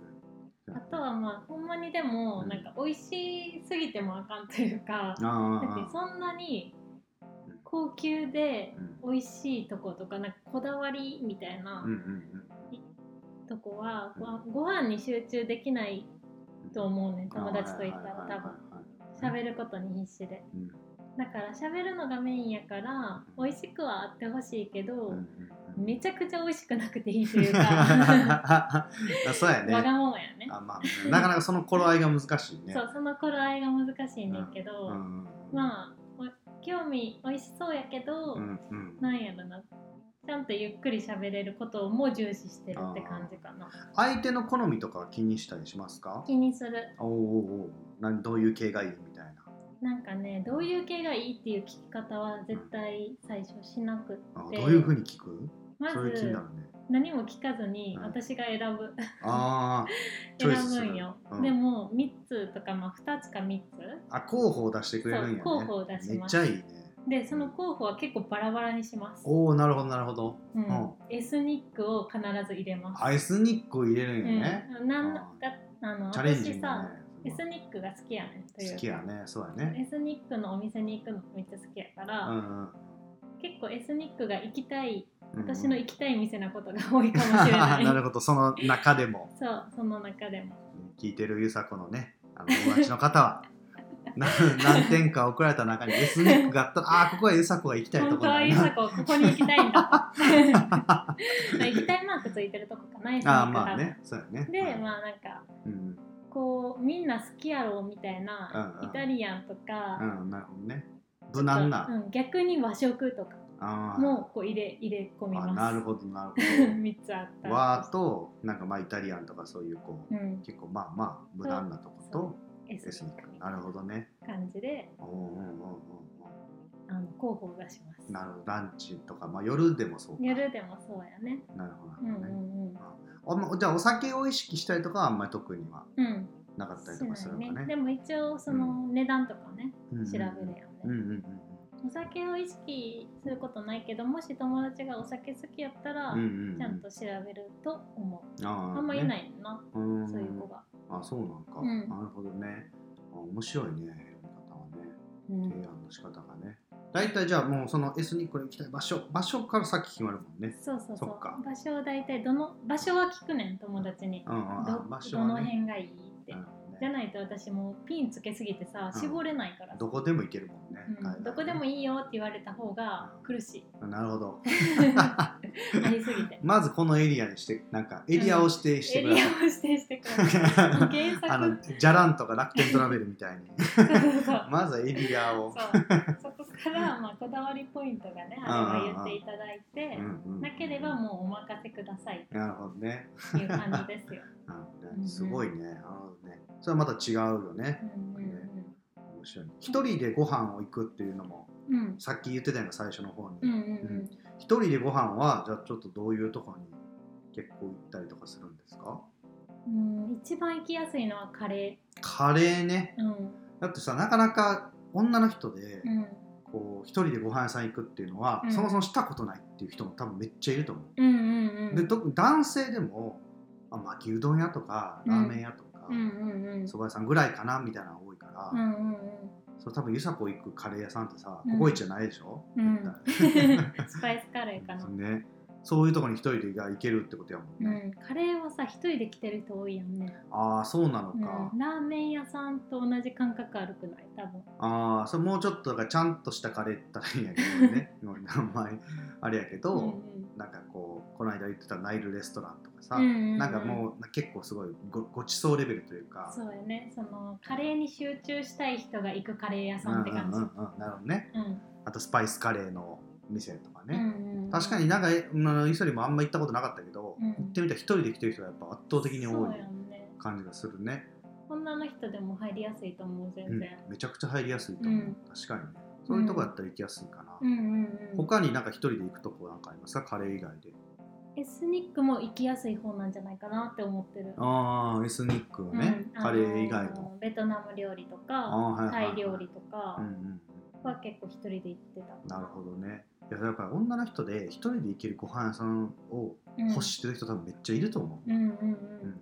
Speaker 1: あとはまあほんまにでも、
Speaker 2: うん
Speaker 1: なんか美味しすぎてもあかんというか、だっ
Speaker 2: あ
Speaker 1: てそんなに
Speaker 2: うん
Speaker 1: 高級で
Speaker 2: あうん
Speaker 1: 美味しいとことかなんかこだわりみたいな
Speaker 2: うんうん
Speaker 1: とこは、ごご飯に集中できない
Speaker 2: うん
Speaker 1: と思うねん友達と行った
Speaker 2: は
Speaker 1: ら
Speaker 2: いはい
Speaker 1: 多
Speaker 2: は
Speaker 1: 分
Speaker 2: いはいはい
Speaker 1: 喋ることに必死で
Speaker 2: うん
Speaker 1: だから喋るのがメインやから美味しくはあってほしいけど、
Speaker 2: うんうん
Speaker 1: めちゃくちゃ美味しくなくていいというかわ
Speaker 2: あそう [laughs] やね
Speaker 1: がままやね
Speaker 2: あ、まあ、なかなかその頃合いが難しいね
Speaker 1: そうその頃合いが難しいねんけど、
Speaker 2: うんうんうん、
Speaker 1: まあお興味美味しそうやけど、
Speaker 2: うんうん、
Speaker 1: なんやろなちゃんとゆっくり喋れることをも重視してるって感じかな
Speaker 2: 相手の好みとかは気にしたりしますか
Speaker 1: 気にする
Speaker 2: おーおーおーなんどういう系がいいみたいな
Speaker 1: なんかねどういう系がいいっていう聞き方は絶対最初しなく
Speaker 2: あ
Speaker 1: て
Speaker 2: どういうふうに聞く、
Speaker 1: ま
Speaker 2: それ気に
Speaker 1: ず
Speaker 2: なるね
Speaker 1: 何も聞かずに
Speaker 2: うん
Speaker 1: 私が選ぶ
Speaker 2: あチョ
Speaker 1: [laughs]
Speaker 2: イ
Speaker 1: 選
Speaker 2: スする
Speaker 1: ぶんよ、
Speaker 2: うん
Speaker 1: でも3つとか、まあ、2つか3
Speaker 2: ああ候補を出してくれるんや
Speaker 1: そ
Speaker 2: ね
Speaker 1: う候補を出します
Speaker 2: めっちゃいいね
Speaker 1: つでその候補は結構バラバラにします、
Speaker 2: おおなるほどなるほど
Speaker 1: うん
Speaker 2: うん
Speaker 1: エスニックを必ず入れます
Speaker 2: アイスニックを入れるんやね、
Speaker 1: うん、なんだ
Speaker 2: あー
Speaker 1: あの
Speaker 2: チャレンジ
Speaker 1: 私
Speaker 2: もね
Speaker 1: さエスニックが好きやねんというか
Speaker 2: 好きやねそうやね
Speaker 1: エスニックのお店に行くのめっちゃ好きやか
Speaker 2: う
Speaker 1: ら、
Speaker 2: んうん
Speaker 1: 結構エスニックが行きたい
Speaker 2: うん
Speaker 1: 私の
Speaker 2: 意
Speaker 1: 行きたい店なことが多いかもしれない
Speaker 2: [laughs] なるほどその中でも
Speaker 1: そうその中でも
Speaker 2: 聞いてるゆさこのねあの友達の方
Speaker 1: [laughs]
Speaker 2: はな何点か送られた中にエスニックがあったらああーここはゆさこが行きたいと
Speaker 1: 本
Speaker 2: こ
Speaker 1: 当
Speaker 2: ろ
Speaker 1: は
Speaker 2: だ
Speaker 1: ゆさ
Speaker 2: な
Speaker 1: こここに行きたいんだ
Speaker 2: あ
Speaker 1: 行きたいマークついてるとこかなエスニッ
Speaker 2: あ
Speaker 1: ク
Speaker 2: ま
Speaker 1: 多
Speaker 2: あ
Speaker 1: 分
Speaker 2: ねそうやね
Speaker 1: でまあなんか
Speaker 2: うん
Speaker 1: こうみんな好きやろみたいな、
Speaker 2: うんうん
Speaker 1: イタリアンとか、
Speaker 2: うんなるほどね無難な、
Speaker 1: うん、逆に和食とか
Speaker 2: あー
Speaker 1: もこう入れ入れ込み
Speaker 2: あ
Speaker 1: ます
Speaker 2: なるほどなる
Speaker 1: 3つあっ [laughs]
Speaker 2: ほ
Speaker 1: た
Speaker 2: ど和となんかまあイタリアンとかそういうこう
Speaker 1: うん、
Speaker 2: 結構まあまあ無難なとこ
Speaker 1: そ
Speaker 2: と
Speaker 1: エ
Speaker 2: エ
Speaker 1: ス
Speaker 2: ス
Speaker 1: ニッ
Speaker 2: ニッ
Speaker 1: ク
Speaker 2: ク
Speaker 1: みたい
Speaker 2: なる
Speaker 1: な
Speaker 2: ほどね
Speaker 1: 感じで
Speaker 2: おーおーおーおーおー
Speaker 1: あの候補を出します
Speaker 2: なるほどランチとか、まあ、夜でもそうか
Speaker 1: 夜でもそうやね
Speaker 2: なるほどなるほ
Speaker 1: う
Speaker 2: ど
Speaker 1: ん
Speaker 2: ね、
Speaker 1: うんうん
Speaker 2: あんまじゃあお酒を意識したりとかはあんまり特には
Speaker 1: うん
Speaker 2: なかったりとかする
Speaker 1: そう
Speaker 2: のか
Speaker 1: やね
Speaker 2: ね。
Speaker 1: でも一応その値段とかね、
Speaker 2: うんうん
Speaker 1: 調べるやんね、
Speaker 2: うんうんうん
Speaker 1: お酒を意識することないけどもし友達がお酒好きやったら、
Speaker 2: うんうんうん。
Speaker 1: ちゃんと調べると思う、
Speaker 2: あー。
Speaker 1: あんまいないいな、
Speaker 2: うん
Speaker 1: そういう子が、
Speaker 2: あそうなんか、
Speaker 1: うん
Speaker 2: なるほどね。あ面白いねやり方はね
Speaker 1: うん
Speaker 2: 提案の仕方がね。大体じゃあもうそのエスニックに行きたい場所場所からさっき決まるもんね。
Speaker 1: そうそう
Speaker 2: そ
Speaker 1: そ
Speaker 2: っ
Speaker 1: う
Speaker 2: か
Speaker 1: 場所を大体どの場所は聞くねん友達に、
Speaker 2: うんうん、
Speaker 1: ど
Speaker 2: あ場所
Speaker 1: どの
Speaker 2: はね。
Speaker 1: 辺がいいって、
Speaker 2: なるほどね
Speaker 1: じゃないと私もピンつけすぎてさ
Speaker 2: うん
Speaker 1: 絞れないからさ、
Speaker 2: どこでも行けるもんね。
Speaker 1: うんどこでも
Speaker 2: い
Speaker 1: いいよって言われた方が苦し
Speaker 2: [laughs]
Speaker 1: い
Speaker 2: い。なるほど。
Speaker 1: ありすぎて
Speaker 2: まずこのエリアにしてなんかエリアを指定して
Speaker 1: エ
Speaker 2: く
Speaker 1: リ
Speaker 2: だ
Speaker 1: ア
Speaker 2: さ
Speaker 1: を
Speaker 2: い。
Speaker 1: 指定してください原作
Speaker 2: あのじゃらんとか楽天トラベルみたいに [laughs]
Speaker 1: そうそうそう
Speaker 2: まずはエリア
Speaker 1: そ
Speaker 2: を
Speaker 1: う。そこから、まあ、こだわりポイントがねあれば言っていただいて、
Speaker 2: うんうん
Speaker 1: なければもうお任せください
Speaker 2: なるほどね。
Speaker 1: っていう感じです
Speaker 2: [laughs]
Speaker 1: よ。
Speaker 2: なるほどね
Speaker 1: うんうん
Speaker 2: すごいね。なるほどね。それはまた違うよね。
Speaker 1: うんうん
Speaker 2: 面白い。一人でご飯を行くっていうのも
Speaker 1: うんうん
Speaker 2: さっき言ってたような最初の方に。
Speaker 1: うんうん
Speaker 2: 一人でご飯はじゃあちょっとどういうとこに結構行ったりとかするんですか？
Speaker 1: うんうん一番行きやすいのはカレ
Speaker 2: カレーね。
Speaker 1: ー。うん
Speaker 2: だってさなかなか女の人で
Speaker 1: うん
Speaker 2: こう一人でご飯屋さん行くっていうのは、
Speaker 1: うん
Speaker 2: そもそもしたことないっていう人も多分めっちゃいると思う。
Speaker 1: うんうんうん
Speaker 2: で特に男性でも、まあ、巻きうどん屋とか
Speaker 1: うん
Speaker 2: ラーメン屋とか、
Speaker 1: うんうんうん
Speaker 2: 蕎麦屋さんぐらいかなみたいなのが多いから、
Speaker 1: うんうん
Speaker 2: それ多分ゆさこ行くカレー屋さんってさ、
Speaker 1: うん
Speaker 2: ココイチじゃないでしょ、
Speaker 1: うん
Speaker 2: 絶
Speaker 1: [laughs]
Speaker 2: 対 [laughs]
Speaker 1: うんスパイスカレーかな。
Speaker 2: ね、そういうとこに一人でが行けるってことやもん
Speaker 1: う
Speaker 2: ね、
Speaker 1: ん、カレーはさ一人で来てる人多いやんね、
Speaker 2: ああそうなの
Speaker 1: うん、
Speaker 2: か、
Speaker 1: ラーメン屋さんと同じ感覚悪くない多分
Speaker 2: ああそれもうちょっとだからちゃんとしたカレーって言ったらいいんやけど
Speaker 1: [laughs]
Speaker 2: ねもう名前あれやけど、なんかこうこの間言ってたナイルレストランとかさ、なんか
Speaker 1: う
Speaker 2: もう結構すごいごごちそうレベルというか
Speaker 1: そうよねそのカレーに集中したい人が行くカレー屋
Speaker 2: うん
Speaker 1: さ
Speaker 2: うんん
Speaker 1: っ
Speaker 2: う
Speaker 1: て
Speaker 2: ん
Speaker 1: 感じ、
Speaker 2: うんなるほどね
Speaker 1: うん
Speaker 2: あとスパイスカレーの店とか
Speaker 1: う
Speaker 2: ね、
Speaker 1: んうん
Speaker 2: 確かになんかうん磯里もあんま行ったことなかったけど、
Speaker 1: うん
Speaker 2: 行ってみたら一人で来てる人がやっぱ圧倒的に多い
Speaker 1: そうよね
Speaker 2: 感じがするね
Speaker 1: 女の人でも入りやすいと思う全然、
Speaker 2: うんめちゃくちゃ入りやすいと思う、
Speaker 1: うん
Speaker 2: 確かにねそういうとこやったら行きやすいかな、
Speaker 1: うん、うんうん
Speaker 2: 他になんか一人で行くとこなんかありますかカレー以外で
Speaker 1: エスニックも行きやすい方なんじゃないかなって思ってる
Speaker 2: ああエスニックをね、
Speaker 1: うん
Speaker 2: カレー以外
Speaker 1: あ
Speaker 2: の
Speaker 1: ベトナム料理と
Speaker 2: あ
Speaker 1: か
Speaker 2: あはいはい
Speaker 1: タ
Speaker 2: は
Speaker 1: イ
Speaker 2: い
Speaker 1: 料理とか
Speaker 2: うんうんうん
Speaker 1: は結構一人で行ってた
Speaker 2: なるほどねいやだから女の人で一人で行けるご飯屋さんを
Speaker 1: うん
Speaker 2: 欲してる人多分めっちゃいると思う、
Speaker 1: うんうんうん
Speaker 2: うん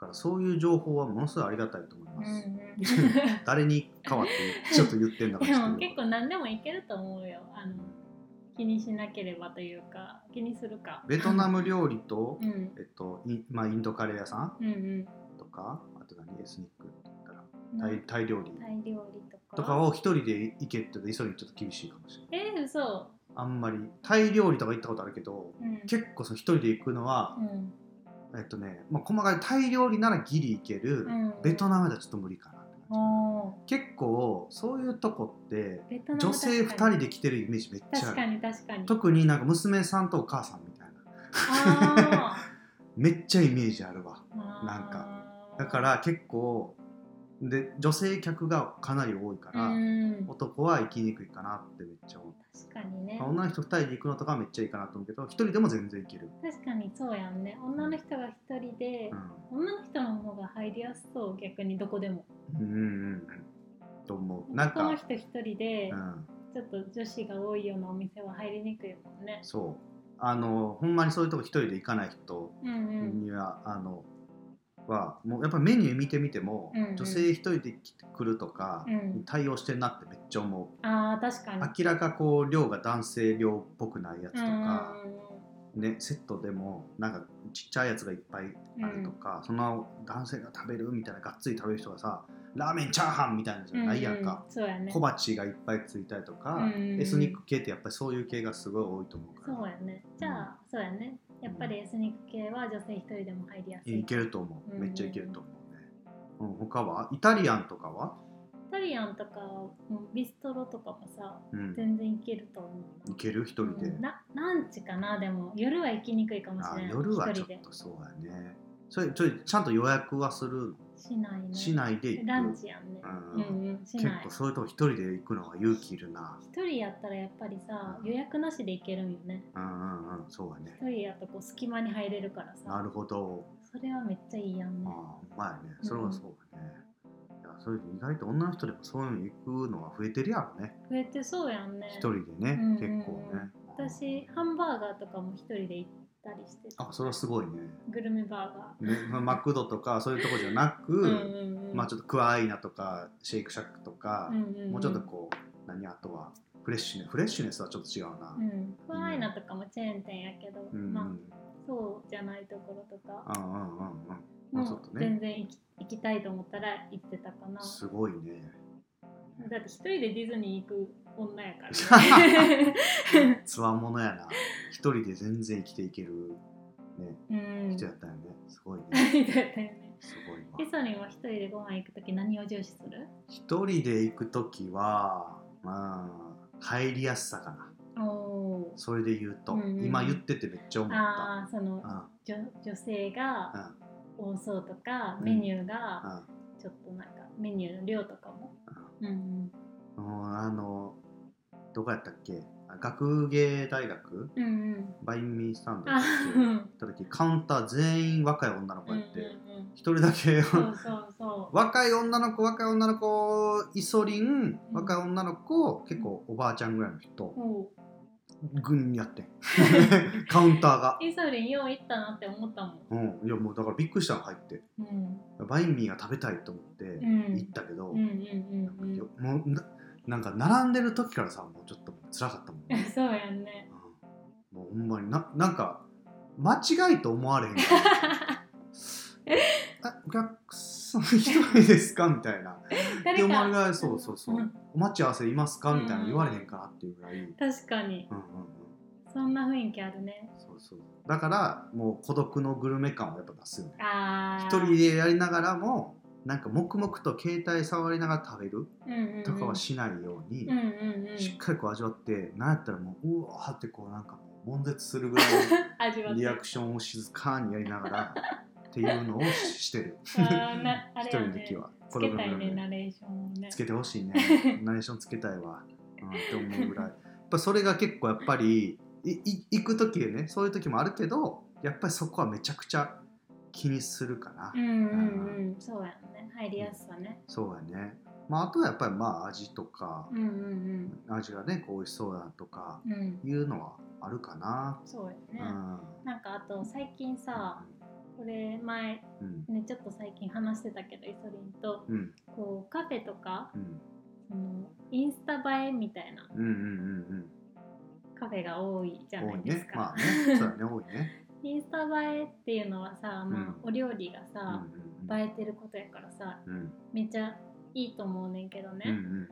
Speaker 2: だからそういう情報はものすごいありがたいと思い
Speaker 1: うんう
Speaker 2: ます、
Speaker 1: [laughs] ん
Speaker 2: 誰に代わってちょっと言ってんだか
Speaker 1: で
Speaker 2: ら
Speaker 1: も
Speaker 2: ちょ
Speaker 1: [laughs]
Speaker 2: っ
Speaker 1: 結構何でも行けると思うよあの
Speaker 2: と
Speaker 1: 気にしなければというか気にするか
Speaker 2: ベトナム料理と、
Speaker 1: うん
Speaker 2: えっとインまあ、インドカレー屋さん
Speaker 1: うんうん
Speaker 2: とかあと何エスニックって言ったら
Speaker 1: な
Speaker 2: タイタイ料理
Speaker 1: タイ料理とか
Speaker 2: とかを一人で行けって言うと急いにちょっと厳しいかもしれない
Speaker 1: えー、嘘
Speaker 2: あんまりタイ料理とか行ったことあるけど
Speaker 1: うん
Speaker 2: 結構その一人で行くのは、
Speaker 1: うん
Speaker 2: えっとね、まあ、細かいタイ料理ならギリ行ける、
Speaker 1: うん
Speaker 2: ベトナムだとちょっと無理かなって感
Speaker 1: お
Speaker 2: じ結構そういうとこって
Speaker 1: ーベトナム
Speaker 2: 女性
Speaker 1: 確か
Speaker 2: 2人
Speaker 1: に
Speaker 2: で来てるイメージめっちゃあ
Speaker 1: 確か
Speaker 2: る
Speaker 1: に確かに
Speaker 2: 特になんか娘さんとお母さんみたいな
Speaker 1: あ
Speaker 2: めっちゃイメージあるわ
Speaker 1: ーあー
Speaker 2: [laughs] なんだから結構で女性客がかなり多いから、
Speaker 1: うん
Speaker 2: 男は行きにくいかなってめっちゃ思う、
Speaker 1: 確かにね
Speaker 2: まあ女の人2人で行くのとかめっちゃいいかなと思うけど1人でも全然行ける、
Speaker 1: 確かにそうやんね女の人が一人で
Speaker 2: う、ん、
Speaker 1: 女の人の方が入りやすそう逆にどこでも
Speaker 2: うんうんうんと思うなん
Speaker 1: 男の
Speaker 2: か、
Speaker 1: 人一人で、
Speaker 2: うん、
Speaker 1: ちょっと女子が多いようなお店は入りにくいもんね
Speaker 2: そうあのほんまにそういうとこ1人で行かない人
Speaker 1: うんうん
Speaker 2: には、あのはもうやっぱりメニュー見てみても、
Speaker 1: うんうん
Speaker 2: 女性一人で来るとか
Speaker 1: うん
Speaker 2: に対応してんなってめっちゃ思う、
Speaker 1: あー確かに
Speaker 2: 明らかこう量が男性量っぽくないやつと
Speaker 1: うんうん
Speaker 2: か、ね、セットでもなんかちっちゃいやつがいっぱいあるとか、その男性が食べるみたいながっつり食べる人がさラーメンチャーハンみたいなのじ
Speaker 1: うん
Speaker 2: ゃないやんか、
Speaker 1: うそうやね
Speaker 2: 小鉢がいっぱいついたりとか、
Speaker 1: うんうんうん
Speaker 2: エスニック系ってやっぱりそういう系がすごい多いと思うから
Speaker 1: そうやねじゃあ、そうやねやっぱりエスニック系は女性一人でも入りやすい
Speaker 2: いけると思
Speaker 1: う
Speaker 2: うんめっちゃいけると思うね、うん、他はイタリアンとかは、
Speaker 1: イタリアンとかもビストロとかもさ
Speaker 2: うん、
Speaker 1: 全然いけると思う
Speaker 2: いける一人で、
Speaker 1: うんなランチかなでも夜は行きにくいかもし
Speaker 2: あ
Speaker 1: れない
Speaker 2: 夜はちょっ
Speaker 1: 一人で
Speaker 2: とそうやねそれちょいちゃんと予約はする
Speaker 1: しないね
Speaker 2: のしないで行く
Speaker 1: ランチやんね
Speaker 2: う
Speaker 1: うんんうんし
Speaker 2: 結
Speaker 1: ない
Speaker 2: 構そういうとこ一人で行くのは勇気いるな
Speaker 1: 一人やったらやっぱりさ予約なしで行けるんよね
Speaker 2: うんうんうんそうやね
Speaker 1: 一人やとこう隙間に入れるから
Speaker 2: な
Speaker 1: さ
Speaker 2: るほど
Speaker 1: それはめっちゃいいやん
Speaker 2: あ
Speaker 1: ね
Speaker 2: あうまいねそれはそうやね、いやそれ意外と女の人でもそういうの行くのは増えてるやろね
Speaker 1: 増えてそうやんね
Speaker 2: 一人でね、
Speaker 1: うんうん
Speaker 2: 結構ね
Speaker 1: 私ハンバーガーとかも一人で行ったりして
Speaker 2: あそれはすごいね
Speaker 1: グルメバーガ
Speaker 2: ねまあマクドとかそういうとこじゃなく、
Speaker 1: ーうんうんうん
Speaker 2: まあちょっとクアアイナとかシェイクシャックとか、
Speaker 1: うんうんん
Speaker 2: もうちょっとこう何あとはフレッシュネスフレッシュネスはちょっと違うな
Speaker 1: う、んクワイナとかもチェーン店やけど
Speaker 2: うんうん、
Speaker 1: まあそうじゃないところとか
Speaker 2: ああうんうんうんもうちょ
Speaker 1: も
Speaker 2: っと
Speaker 1: う
Speaker 2: ね
Speaker 1: 全然行き行きたいと思ったら行ってたかな
Speaker 2: すごいね
Speaker 1: だって一人でディズニー行く女やから
Speaker 2: [laughs]
Speaker 1: ね、
Speaker 2: つわものやな一人で全然生きていける、ね、
Speaker 1: うん
Speaker 2: 人やったよねすご
Speaker 1: [laughs]
Speaker 2: いね
Speaker 1: みたいだよね
Speaker 2: すごい
Speaker 1: リ
Speaker 2: わ
Speaker 1: ソリンは一人でご飯行くとき何を重視する
Speaker 2: 一人で行く時はまあ入りやすさかな
Speaker 1: おお
Speaker 2: それで言うと、
Speaker 1: うんうん
Speaker 2: 今言っててめっちゃ思った
Speaker 1: ああその
Speaker 2: うん
Speaker 1: 女女性が
Speaker 2: うん
Speaker 1: 多そうとか、
Speaker 2: うん
Speaker 1: メニュー
Speaker 2: う
Speaker 1: が
Speaker 2: ん
Speaker 1: ちょっとなんかメニューの量とかも、うん
Speaker 2: もうあのどこやったっけあ学芸大学
Speaker 1: うん、うんうん
Speaker 2: バインミースタンド
Speaker 1: あ
Speaker 2: 行 [laughs]
Speaker 1: うん
Speaker 2: った時カウンター全員若い女の子
Speaker 1: うんう
Speaker 2: や
Speaker 1: ん
Speaker 2: って一、人だけ
Speaker 1: そうそう
Speaker 2: [laughs]
Speaker 1: そう
Speaker 2: 若い女の子若い女の子イソリン
Speaker 1: うん
Speaker 2: 若い女の子結構おばあちゃんぐらいの人
Speaker 1: おう
Speaker 2: 軍や
Speaker 1: [laughs]
Speaker 2: ってんカウンターが、
Speaker 1: イソリンよう行ったなって思ったもん
Speaker 2: うん、いやもうだからびっくりしたの入って
Speaker 1: うん
Speaker 2: バインミーが食べたいと思って
Speaker 1: う
Speaker 2: 行っ
Speaker 1: ん
Speaker 2: たけど、
Speaker 1: うんうんうんうん
Speaker 2: よもうななんか並んでる時からさもうちょっと辛かったもんね
Speaker 1: [laughs] そうやんね
Speaker 2: うんもうほんまにななんか間違いと思われへんから
Speaker 1: [laughs]
Speaker 2: あお客さん一人ですかみたいなで
Speaker 1: 誰
Speaker 2: お前
Speaker 1: か
Speaker 2: がそうそうそう、
Speaker 1: うん
Speaker 2: お待ち合わせいますかみたいな言われへんかなっていうぐらい、うんうん
Speaker 1: 確かに
Speaker 2: うん、
Speaker 1: そんな雰囲気あるね
Speaker 2: そうそうだからもう孤独のグルメ感をやっぱ出すよね
Speaker 1: ああ
Speaker 2: 一人でやりながらもなんか黙々と携帯触りながら食べるとかはしないように、
Speaker 1: うんうんうん
Speaker 2: しっかりこう味わってなんやったらもううわーってこうなんかもう悶絶するぐらい
Speaker 1: 味わっ
Speaker 2: の
Speaker 1: て
Speaker 2: リアクションを静かにやりながらっていうのをししてる
Speaker 1: [laughs] あーなあ
Speaker 2: [laughs]
Speaker 1: れ
Speaker 2: 一人
Speaker 1: や
Speaker 2: の時
Speaker 1: ね
Speaker 2: は
Speaker 1: つけたいね
Speaker 2: 子供の
Speaker 1: ナレーションをね
Speaker 2: つけてほしい
Speaker 1: [laughs]
Speaker 2: ねナレーションつけたいわ、うん、って思うぐらいやっぱそれが結構やっぱりいい行く時ねそういう時もあるけどやっぱりそこはめちゃくちゃ気にするかな、
Speaker 1: うんうんうんそうやね入りやすさね
Speaker 2: そうやねまああとはやっぱりまあ味とか
Speaker 1: うんうん
Speaker 2: 味がねこう美味しそうだとか
Speaker 1: うんうん
Speaker 2: いうのはあるかな、
Speaker 1: そうやね、
Speaker 2: うん
Speaker 1: なんかあと最近さこれ前
Speaker 2: うん
Speaker 1: ねちょっと最近話してたけどイソリンと
Speaker 2: うん
Speaker 1: こうカフェとか
Speaker 2: うん
Speaker 1: そのインスタ映えみたいな
Speaker 2: うんうんうん
Speaker 1: カフェが多いじゃ
Speaker 2: うん
Speaker 1: な
Speaker 2: 多
Speaker 1: い
Speaker 2: い
Speaker 1: です
Speaker 2: ね
Speaker 1: か、
Speaker 2: まあねそうだね多いね、
Speaker 1: インスタ映えっていうのはさ、まあ、お料理が
Speaker 2: うん
Speaker 1: さ、
Speaker 2: うん
Speaker 1: 映えてることやからさ
Speaker 2: うん
Speaker 1: めっちゃいいと思うねんけどね、
Speaker 2: うんうんうん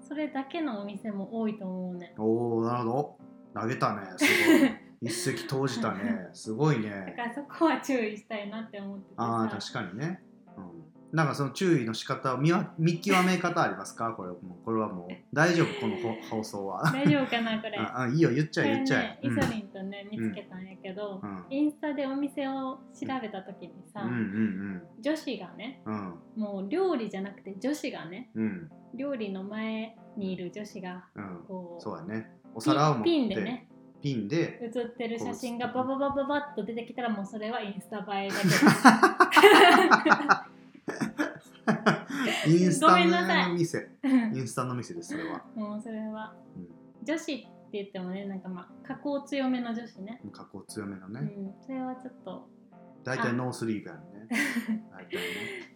Speaker 1: それだけのお店も多いと思うねん
Speaker 2: おおなるほど投げたねすご
Speaker 1: [laughs]
Speaker 2: い一石投じたねすごい
Speaker 1: だ [laughs]
Speaker 2: ね
Speaker 1: からそこは注意したいなって思ってて
Speaker 2: ああ
Speaker 1: さ
Speaker 2: 確かにね、うん、なんかその注意の仕方を見わ見極め方ありますかこれもうこれはもう大丈夫このほ放送は
Speaker 1: [laughs] 大丈夫かなこれ
Speaker 2: [laughs] ああいいよ言っち
Speaker 1: こ
Speaker 2: ゃえ言
Speaker 1: れ
Speaker 2: っちゃ
Speaker 1: ね
Speaker 2: え、
Speaker 1: イ
Speaker 2: う
Speaker 1: ソ
Speaker 2: ん
Speaker 1: リンとね見つけたんやけど、
Speaker 2: うん
Speaker 1: インスタでお店を調べた時にさ、
Speaker 2: うんうん
Speaker 1: 女子がね
Speaker 2: うんうん
Speaker 1: もう料理じゃなくて女子がね
Speaker 2: うん
Speaker 1: 料理の前にいる女子が
Speaker 2: うん
Speaker 1: こう
Speaker 2: そうだねお
Speaker 1: ピ
Speaker 2: 皿を持って
Speaker 1: ピンでね
Speaker 2: ピンで
Speaker 1: 写ってる写真が
Speaker 2: こ
Speaker 1: バ
Speaker 2: う
Speaker 1: ババババッと出てきたらもうそれはインスタ映えだけど
Speaker 2: インスタ
Speaker 1: ごめんなさい
Speaker 2: の店インスタの店ですそれは、
Speaker 1: もうそれは
Speaker 2: うん
Speaker 1: 女子って言ってもねなんかまあ加工強めの女子ね、
Speaker 2: うん、加工強めの
Speaker 1: う
Speaker 2: ね、
Speaker 1: ん、それはちょっと
Speaker 2: 大体ノースリーブやんね大体ね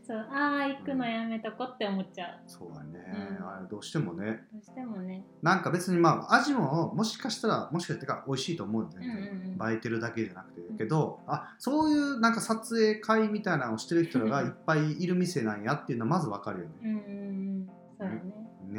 Speaker 1: そうああ行くのやめとこって思っちゃう
Speaker 2: そうだね、
Speaker 1: うん
Speaker 2: あれどうしてもね
Speaker 1: どうしてもね
Speaker 2: なんか別にまあ味ももしかしたらもしかしたら美味しいと思うんだ
Speaker 1: うん
Speaker 2: よね、
Speaker 1: うん
Speaker 2: 映えてるだけじゃなくてけど、あそういうなんか撮影会みたいなのをしてる人らがいっぱいいる店なんやっていうのはまずわかるよね
Speaker 1: うんうんうんそうだね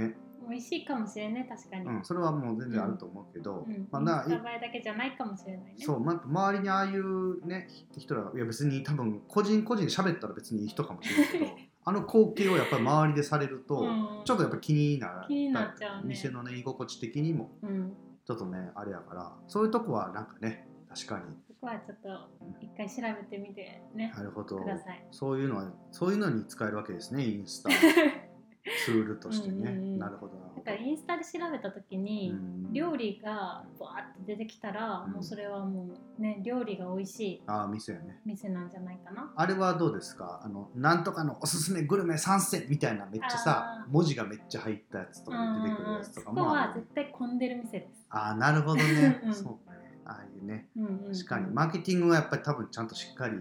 Speaker 2: ね、
Speaker 1: 美味しいかもしれない確かに、
Speaker 2: うん、それはもう全然あると思うけど、
Speaker 1: うん
Speaker 2: まあな
Speaker 1: インスタ映えだけじゃないかもしれないね
Speaker 2: そう、まあ、周りにああいうね人らがいや別に多分個人個人喋ったら別にいい人かもしれない
Speaker 1: [laughs]
Speaker 2: けどあの光景をやっぱり周りでされると、
Speaker 1: うん
Speaker 2: ちょっとやっぱ気にな
Speaker 1: 気になっちゃうね
Speaker 2: 店のね居心地的にも
Speaker 1: うん、
Speaker 2: ちょっとねあれやからそういうとこはなんかね確かに
Speaker 1: そこはちょっと一回調べてみてね、
Speaker 2: なるほど
Speaker 1: ください。
Speaker 2: そういうのはそういうのに使えるわけですねイン
Speaker 1: [laughs]
Speaker 2: スタツールとしてね
Speaker 1: うんうんうん
Speaker 2: なるほどなる
Speaker 1: だ
Speaker 2: ほ
Speaker 1: から
Speaker 2: ど
Speaker 1: インスタで調べた時に、
Speaker 2: うん
Speaker 1: 料理がバーって出てきたら、
Speaker 2: うん
Speaker 1: もうそれはもうね料理が美味しい
Speaker 2: ああ店やね
Speaker 1: 店なんじゃないかな。
Speaker 2: あれはどうですかあのなんとかのおすすめグルメ参戦みたいなめっちゃさ
Speaker 1: あー
Speaker 2: 文字がめっちゃ入ったやつと
Speaker 1: う
Speaker 2: か
Speaker 1: ん
Speaker 2: 出てくる
Speaker 1: う
Speaker 2: や
Speaker 1: ん、
Speaker 2: つと
Speaker 1: そ
Speaker 2: か
Speaker 1: こ
Speaker 2: もあ
Speaker 1: は
Speaker 2: る
Speaker 1: 絶対混んでる店です。
Speaker 2: ああなるほどね
Speaker 1: うん
Speaker 2: そうねああいうね
Speaker 1: うんうんうん、
Speaker 2: 確かにマーケティングはやっぱり多分ちゃんとしっかり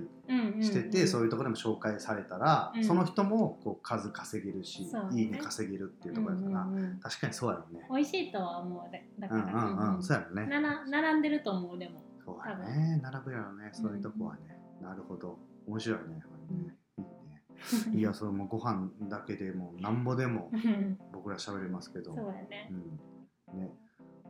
Speaker 2: してて、そういうところでも紹介されたら、
Speaker 1: うん
Speaker 2: その人もこう数稼げるし、
Speaker 1: そうね
Speaker 2: いいね稼げるっていうところだから、
Speaker 1: うんうんうん
Speaker 2: 確かにそうやろうね。
Speaker 1: 美味しいとは思うでだ
Speaker 2: う
Speaker 1: か
Speaker 2: ん
Speaker 1: ら、
Speaker 2: うんうん、そうやろうね。
Speaker 1: なら並んでると思うでも。
Speaker 2: そうやね。並ぶやろうね。そういうとこはね。なるほど。面白いね。これねいい [laughs] ね。いや、それもうご飯だけでも、なんぼでも
Speaker 1: うん
Speaker 2: 僕ら喋れますけど。
Speaker 1: そうやね。
Speaker 2: うん。ね。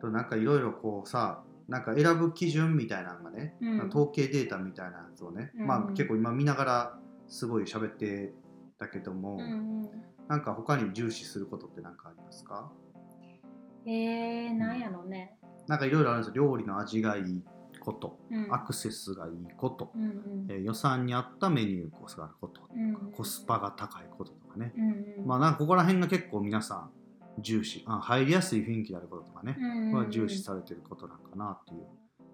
Speaker 2: と、なんかいろいろこうさ、なんか選ぶ基準みたいなのがね、
Speaker 1: うん
Speaker 2: 統計データみたいなやつをね、
Speaker 1: うん
Speaker 2: まあ結構今見ながらすごい喋ってたけども、
Speaker 1: うん
Speaker 2: なんか他に重視することって何かありますか
Speaker 1: うん、えー、なんやろね。
Speaker 2: なんかいろいろあるんですよ料理の味がいいこと、
Speaker 1: うん
Speaker 2: アクセスがいいこと、
Speaker 1: うんうん
Speaker 2: えー予算に合ったメニューコスがあることとか、
Speaker 1: うん
Speaker 2: コスパが高いこととかね、
Speaker 1: うんうん
Speaker 2: まあなんかここら辺が結構皆さん重視あ入りやすい雰囲気であることとかね、
Speaker 1: うんうんうん
Speaker 2: は重視されてることなんかなっていう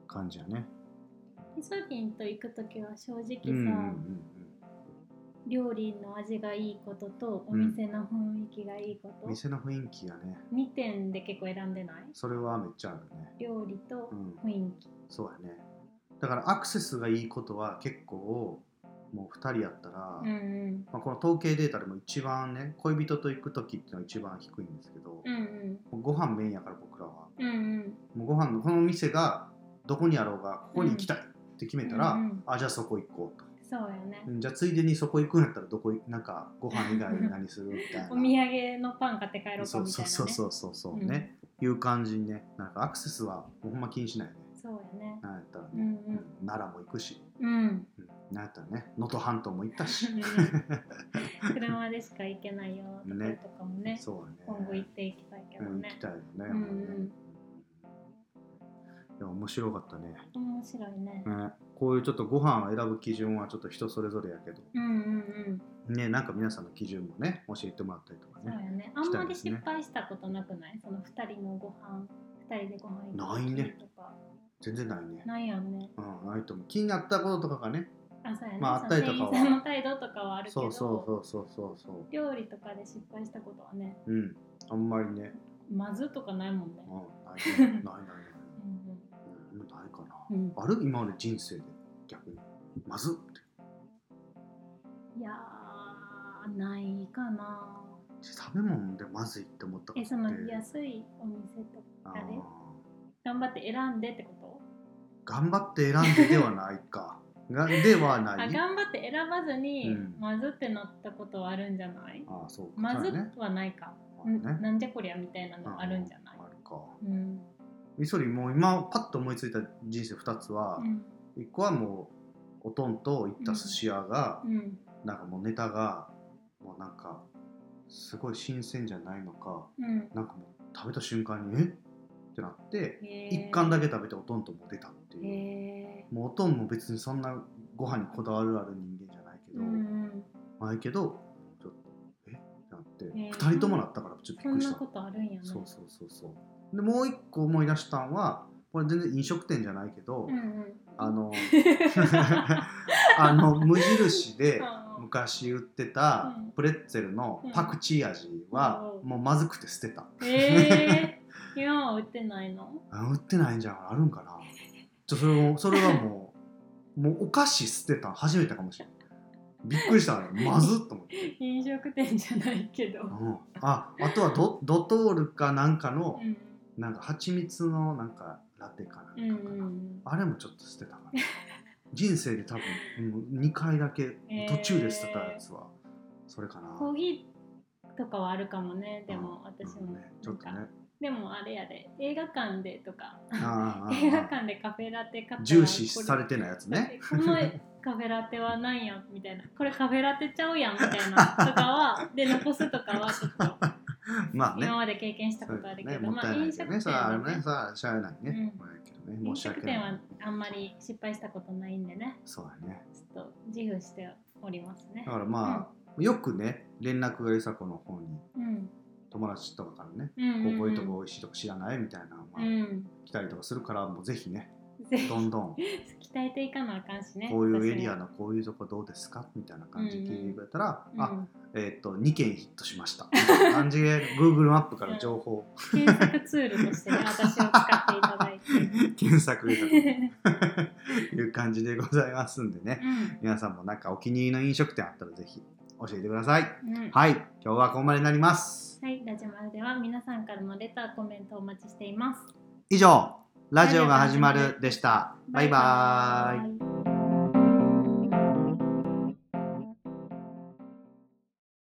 Speaker 2: 感じやね。
Speaker 1: イソリンと行く時は正直さ、
Speaker 2: うんうん
Speaker 1: 料理の味がいいこととお店の雰囲気がいいこ
Speaker 2: う
Speaker 1: と、
Speaker 2: ん、店の雰囲気やね
Speaker 1: 2点で結構選んでない
Speaker 2: それはめっちゃあるね。
Speaker 1: 料理と
Speaker 2: う
Speaker 1: 雰
Speaker 2: ん
Speaker 1: 囲気
Speaker 2: そうやねだからアクセスがいいことは結構もう2人やったら、
Speaker 1: うんうん
Speaker 2: まあ、この統計データでも一番ね恋人と行く時っていうのは一番低いんですけど、
Speaker 1: うんうん
Speaker 2: もうご飯メインやから僕らは
Speaker 1: うんうん
Speaker 2: もうご飯のこの店がどこにあろうがここに行きたいって決めたら、
Speaker 1: うんうん
Speaker 2: あじゃあそこ行こうと、
Speaker 1: そうよね、
Speaker 2: うんじゃあついでにそこ行くんやったらどこいなんかご飯以外何するみたいな
Speaker 1: お土産のパン買って帰ろうかみたいな、ね、
Speaker 2: そうそうそうそうそうそうね、いう感じにねなんかアクセスはもうほんま気にしないね
Speaker 1: そうよね
Speaker 2: なんやったらね、
Speaker 1: うんうん
Speaker 2: うん奈良も行くし [laughs]
Speaker 1: うん
Speaker 2: うんなんやったらね能登半島も行ったし
Speaker 1: 車でしか行けないようなとことか [laughs] もね
Speaker 2: そうだね
Speaker 1: 今後行っていきたいけど
Speaker 2: うん行
Speaker 1: ね
Speaker 2: き、たいよね、
Speaker 1: ん
Speaker 2: ほまねいや面白かったね
Speaker 1: 面白いね、
Speaker 2: ねこういうちょっとご飯を選ぶ基準はちょっと人それぞれやけど
Speaker 1: うんうんうん
Speaker 2: ねなんか皆さんの基準もね教えてもらったりとか
Speaker 1: そう
Speaker 2: ね
Speaker 1: よねあんまり失敗したことなくない、その二人のご飯二人でご飯行った時とか
Speaker 2: 全然ないね
Speaker 1: ないやんね
Speaker 2: うんないと思う気になったこととかがね
Speaker 1: あそうやね、
Speaker 2: ま
Speaker 1: そ
Speaker 2: ああっ
Speaker 1: の
Speaker 2: たりとかは
Speaker 1: 店員さんの態度とかはあるけど
Speaker 2: そうそうそうそうそうそ
Speaker 1: 料理とかで失敗したことはね
Speaker 2: ううんあんまりね
Speaker 1: まずとかないもんね [laughs]
Speaker 2: うんないねないないない
Speaker 1: うん
Speaker 2: うんないかな
Speaker 1: うん、
Speaker 2: ある今まで人生で逆にまずって
Speaker 1: うん、いやーないかな
Speaker 2: 食べ物でまずいって思ったこと
Speaker 1: え
Speaker 2: って
Speaker 1: その安いお店と
Speaker 2: あ
Speaker 1: か
Speaker 2: ー
Speaker 1: で頑張って選んでってこと
Speaker 2: 頑張って選んでではない
Speaker 1: [laughs]
Speaker 2: かがではな
Speaker 1: あ
Speaker 2: い
Speaker 1: 頑張って選ばずに、
Speaker 2: うん
Speaker 1: まずってなったことはあるんじゃない
Speaker 2: ああそうか
Speaker 1: まず
Speaker 2: そうやね
Speaker 1: はないか、
Speaker 2: まあ
Speaker 1: うん
Speaker 2: ね
Speaker 1: なんじゃこりゃみたいなのあるんじゃない
Speaker 2: あるか
Speaker 1: うん
Speaker 2: みそりもう今パッと思いついた人生2つは
Speaker 1: う、ん
Speaker 2: 一1個はもうおとんと行った寿司屋が、
Speaker 1: うん
Speaker 2: なんかもうネタがもうなんかすごい新鮮じゃないのか
Speaker 1: うん
Speaker 2: なんかもう食べた瞬間にえってなって
Speaker 1: へー
Speaker 2: 1貫だけ食べておとんとも出たって
Speaker 1: へ
Speaker 2: いう、
Speaker 1: え
Speaker 2: もうおとんも別にそんなご飯にこだわるある人間じゃないけ
Speaker 1: う
Speaker 2: ど、
Speaker 1: ん
Speaker 2: まあいいけどちょっとえってなって、
Speaker 1: ー
Speaker 2: 2人ともなったからちょっと
Speaker 1: そ
Speaker 2: びっ
Speaker 1: ん
Speaker 2: くりし
Speaker 1: な
Speaker 2: た
Speaker 1: ことあるんやね
Speaker 2: そうそうそうそうでもう一個思い出したんはこれ全然飲食店じゃないけど、
Speaker 1: うんうん
Speaker 2: あの [laughs] あの無印で
Speaker 1: うん
Speaker 2: 昔売ってた
Speaker 1: うん
Speaker 2: プレッツェルのパクチー味は
Speaker 1: うん
Speaker 2: もうまずくて捨てた、
Speaker 1: えー、今は売ってないの
Speaker 2: あ売ってないんじゃんあるんかなちょそれもそれはもうもうお菓子捨てたん初めてかもしれないびっくりしたあれまずっと思って、
Speaker 1: 飲食店じゃないけど、
Speaker 2: うん、ああとはドドトールかなんかの
Speaker 1: うん
Speaker 2: なんか蜂蜜のなんかラテかなんか
Speaker 1: う
Speaker 2: か
Speaker 1: んう
Speaker 2: な、
Speaker 1: ん
Speaker 2: あれもちょっと捨てたから人生で多分、うん、2回だけ
Speaker 1: えー
Speaker 2: 途中で捨てたやつは、それかな
Speaker 1: コーヒーとかはあるかもねでも
Speaker 2: うん
Speaker 1: 私も、
Speaker 2: ねちょっとね
Speaker 1: なんかでもあれやで映画館でとか
Speaker 2: あーあーあー
Speaker 1: 映画館でカフェラテ買ったら
Speaker 2: 重視されてないやつね
Speaker 1: これこのカフェラテはなんやみ
Speaker 2: [laughs]
Speaker 1: たいなこれカフェラテちゃうやんみたいなとかはで残すとかはちょっ
Speaker 2: [laughs]
Speaker 1: と [laughs]
Speaker 2: まあね
Speaker 1: 今まで経験した
Speaker 2: そ
Speaker 1: こ
Speaker 2: う
Speaker 1: とある
Speaker 2: です
Speaker 1: け
Speaker 2: ね
Speaker 1: ど、
Speaker 2: もっ
Speaker 1: ま
Speaker 2: た
Speaker 1: あ
Speaker 2: いない
Speaker 1: 飲
Speaker 2: け
Speaker 1: 食
Speaker 2: ど
Speaker 1: 店
Speaker 2: ねさああれ
Speaker 1: は
Speaker 2: もね
Speaker 1: ね
Speaker 2: さあしゃあないね、
Speaker 1: うん
Speaker 2: まあやけどね
Speaker 1: 飲
Speaker 2: 申し
Speaker 1: 食
Speaker 2: 訳ない
Speaker 1: 店はあんまり失敗したことないんでね
Speaker 2: そうだね
Speaker 1: ちょっと自負しておりますね
Speaker 2: だからまあ、よくね連絡が梨紗子の方に
Speaker 1: うん
Speaker 2: 友達とかからね、
Speaker 1: うんうん
Speaker 2: こ
Speaker 1: う
Speaker 2: うこういうと
Speaker 1: ん
Speaker 2: こ美味しいとこ知らないみたいなの
Speaker 1: う
Speaker 2: が
Speaker 1: ん
Speaker 2: 来たりとかするから、もうぜひね
Speaker 1: ぜひ
Speaker 2: どん
Speaker 1: [laughs]
Speaker 2: どん
Speaker 1: 鍛えていかなあかんしね
Speaker 2: こういうエリアのこういうとこどうですかみたいな感じで聞いてくれたら、
Speaker 1: 私も
Speaker 2: あ
Speaker 1: うん
Speaker 2: えっ、と2件ヒットしましたみたいな感じで
Speaker 1: [laughs]
Speaker 2: Google マップから情報を [laughs]
Speaker 1: 検索ツールとしてね私を使っていただいて。
Speaker 2: 検索したという感じでございますんでね
Speaker 1: う
Speaker 2: 皆さんもなんかお気に入りの飲食店あったらぜひ教えてください
Speaker 1: ん [laughs] うん
Speaker 2: はい今日はここまでになります
Speaker 1: はい、ラジオマルでは皆さんからのレター、コメントをお待ちしています。
Speaker 2: 以上ラジオが始まるでしたバイバーイ
Speaker 1: イ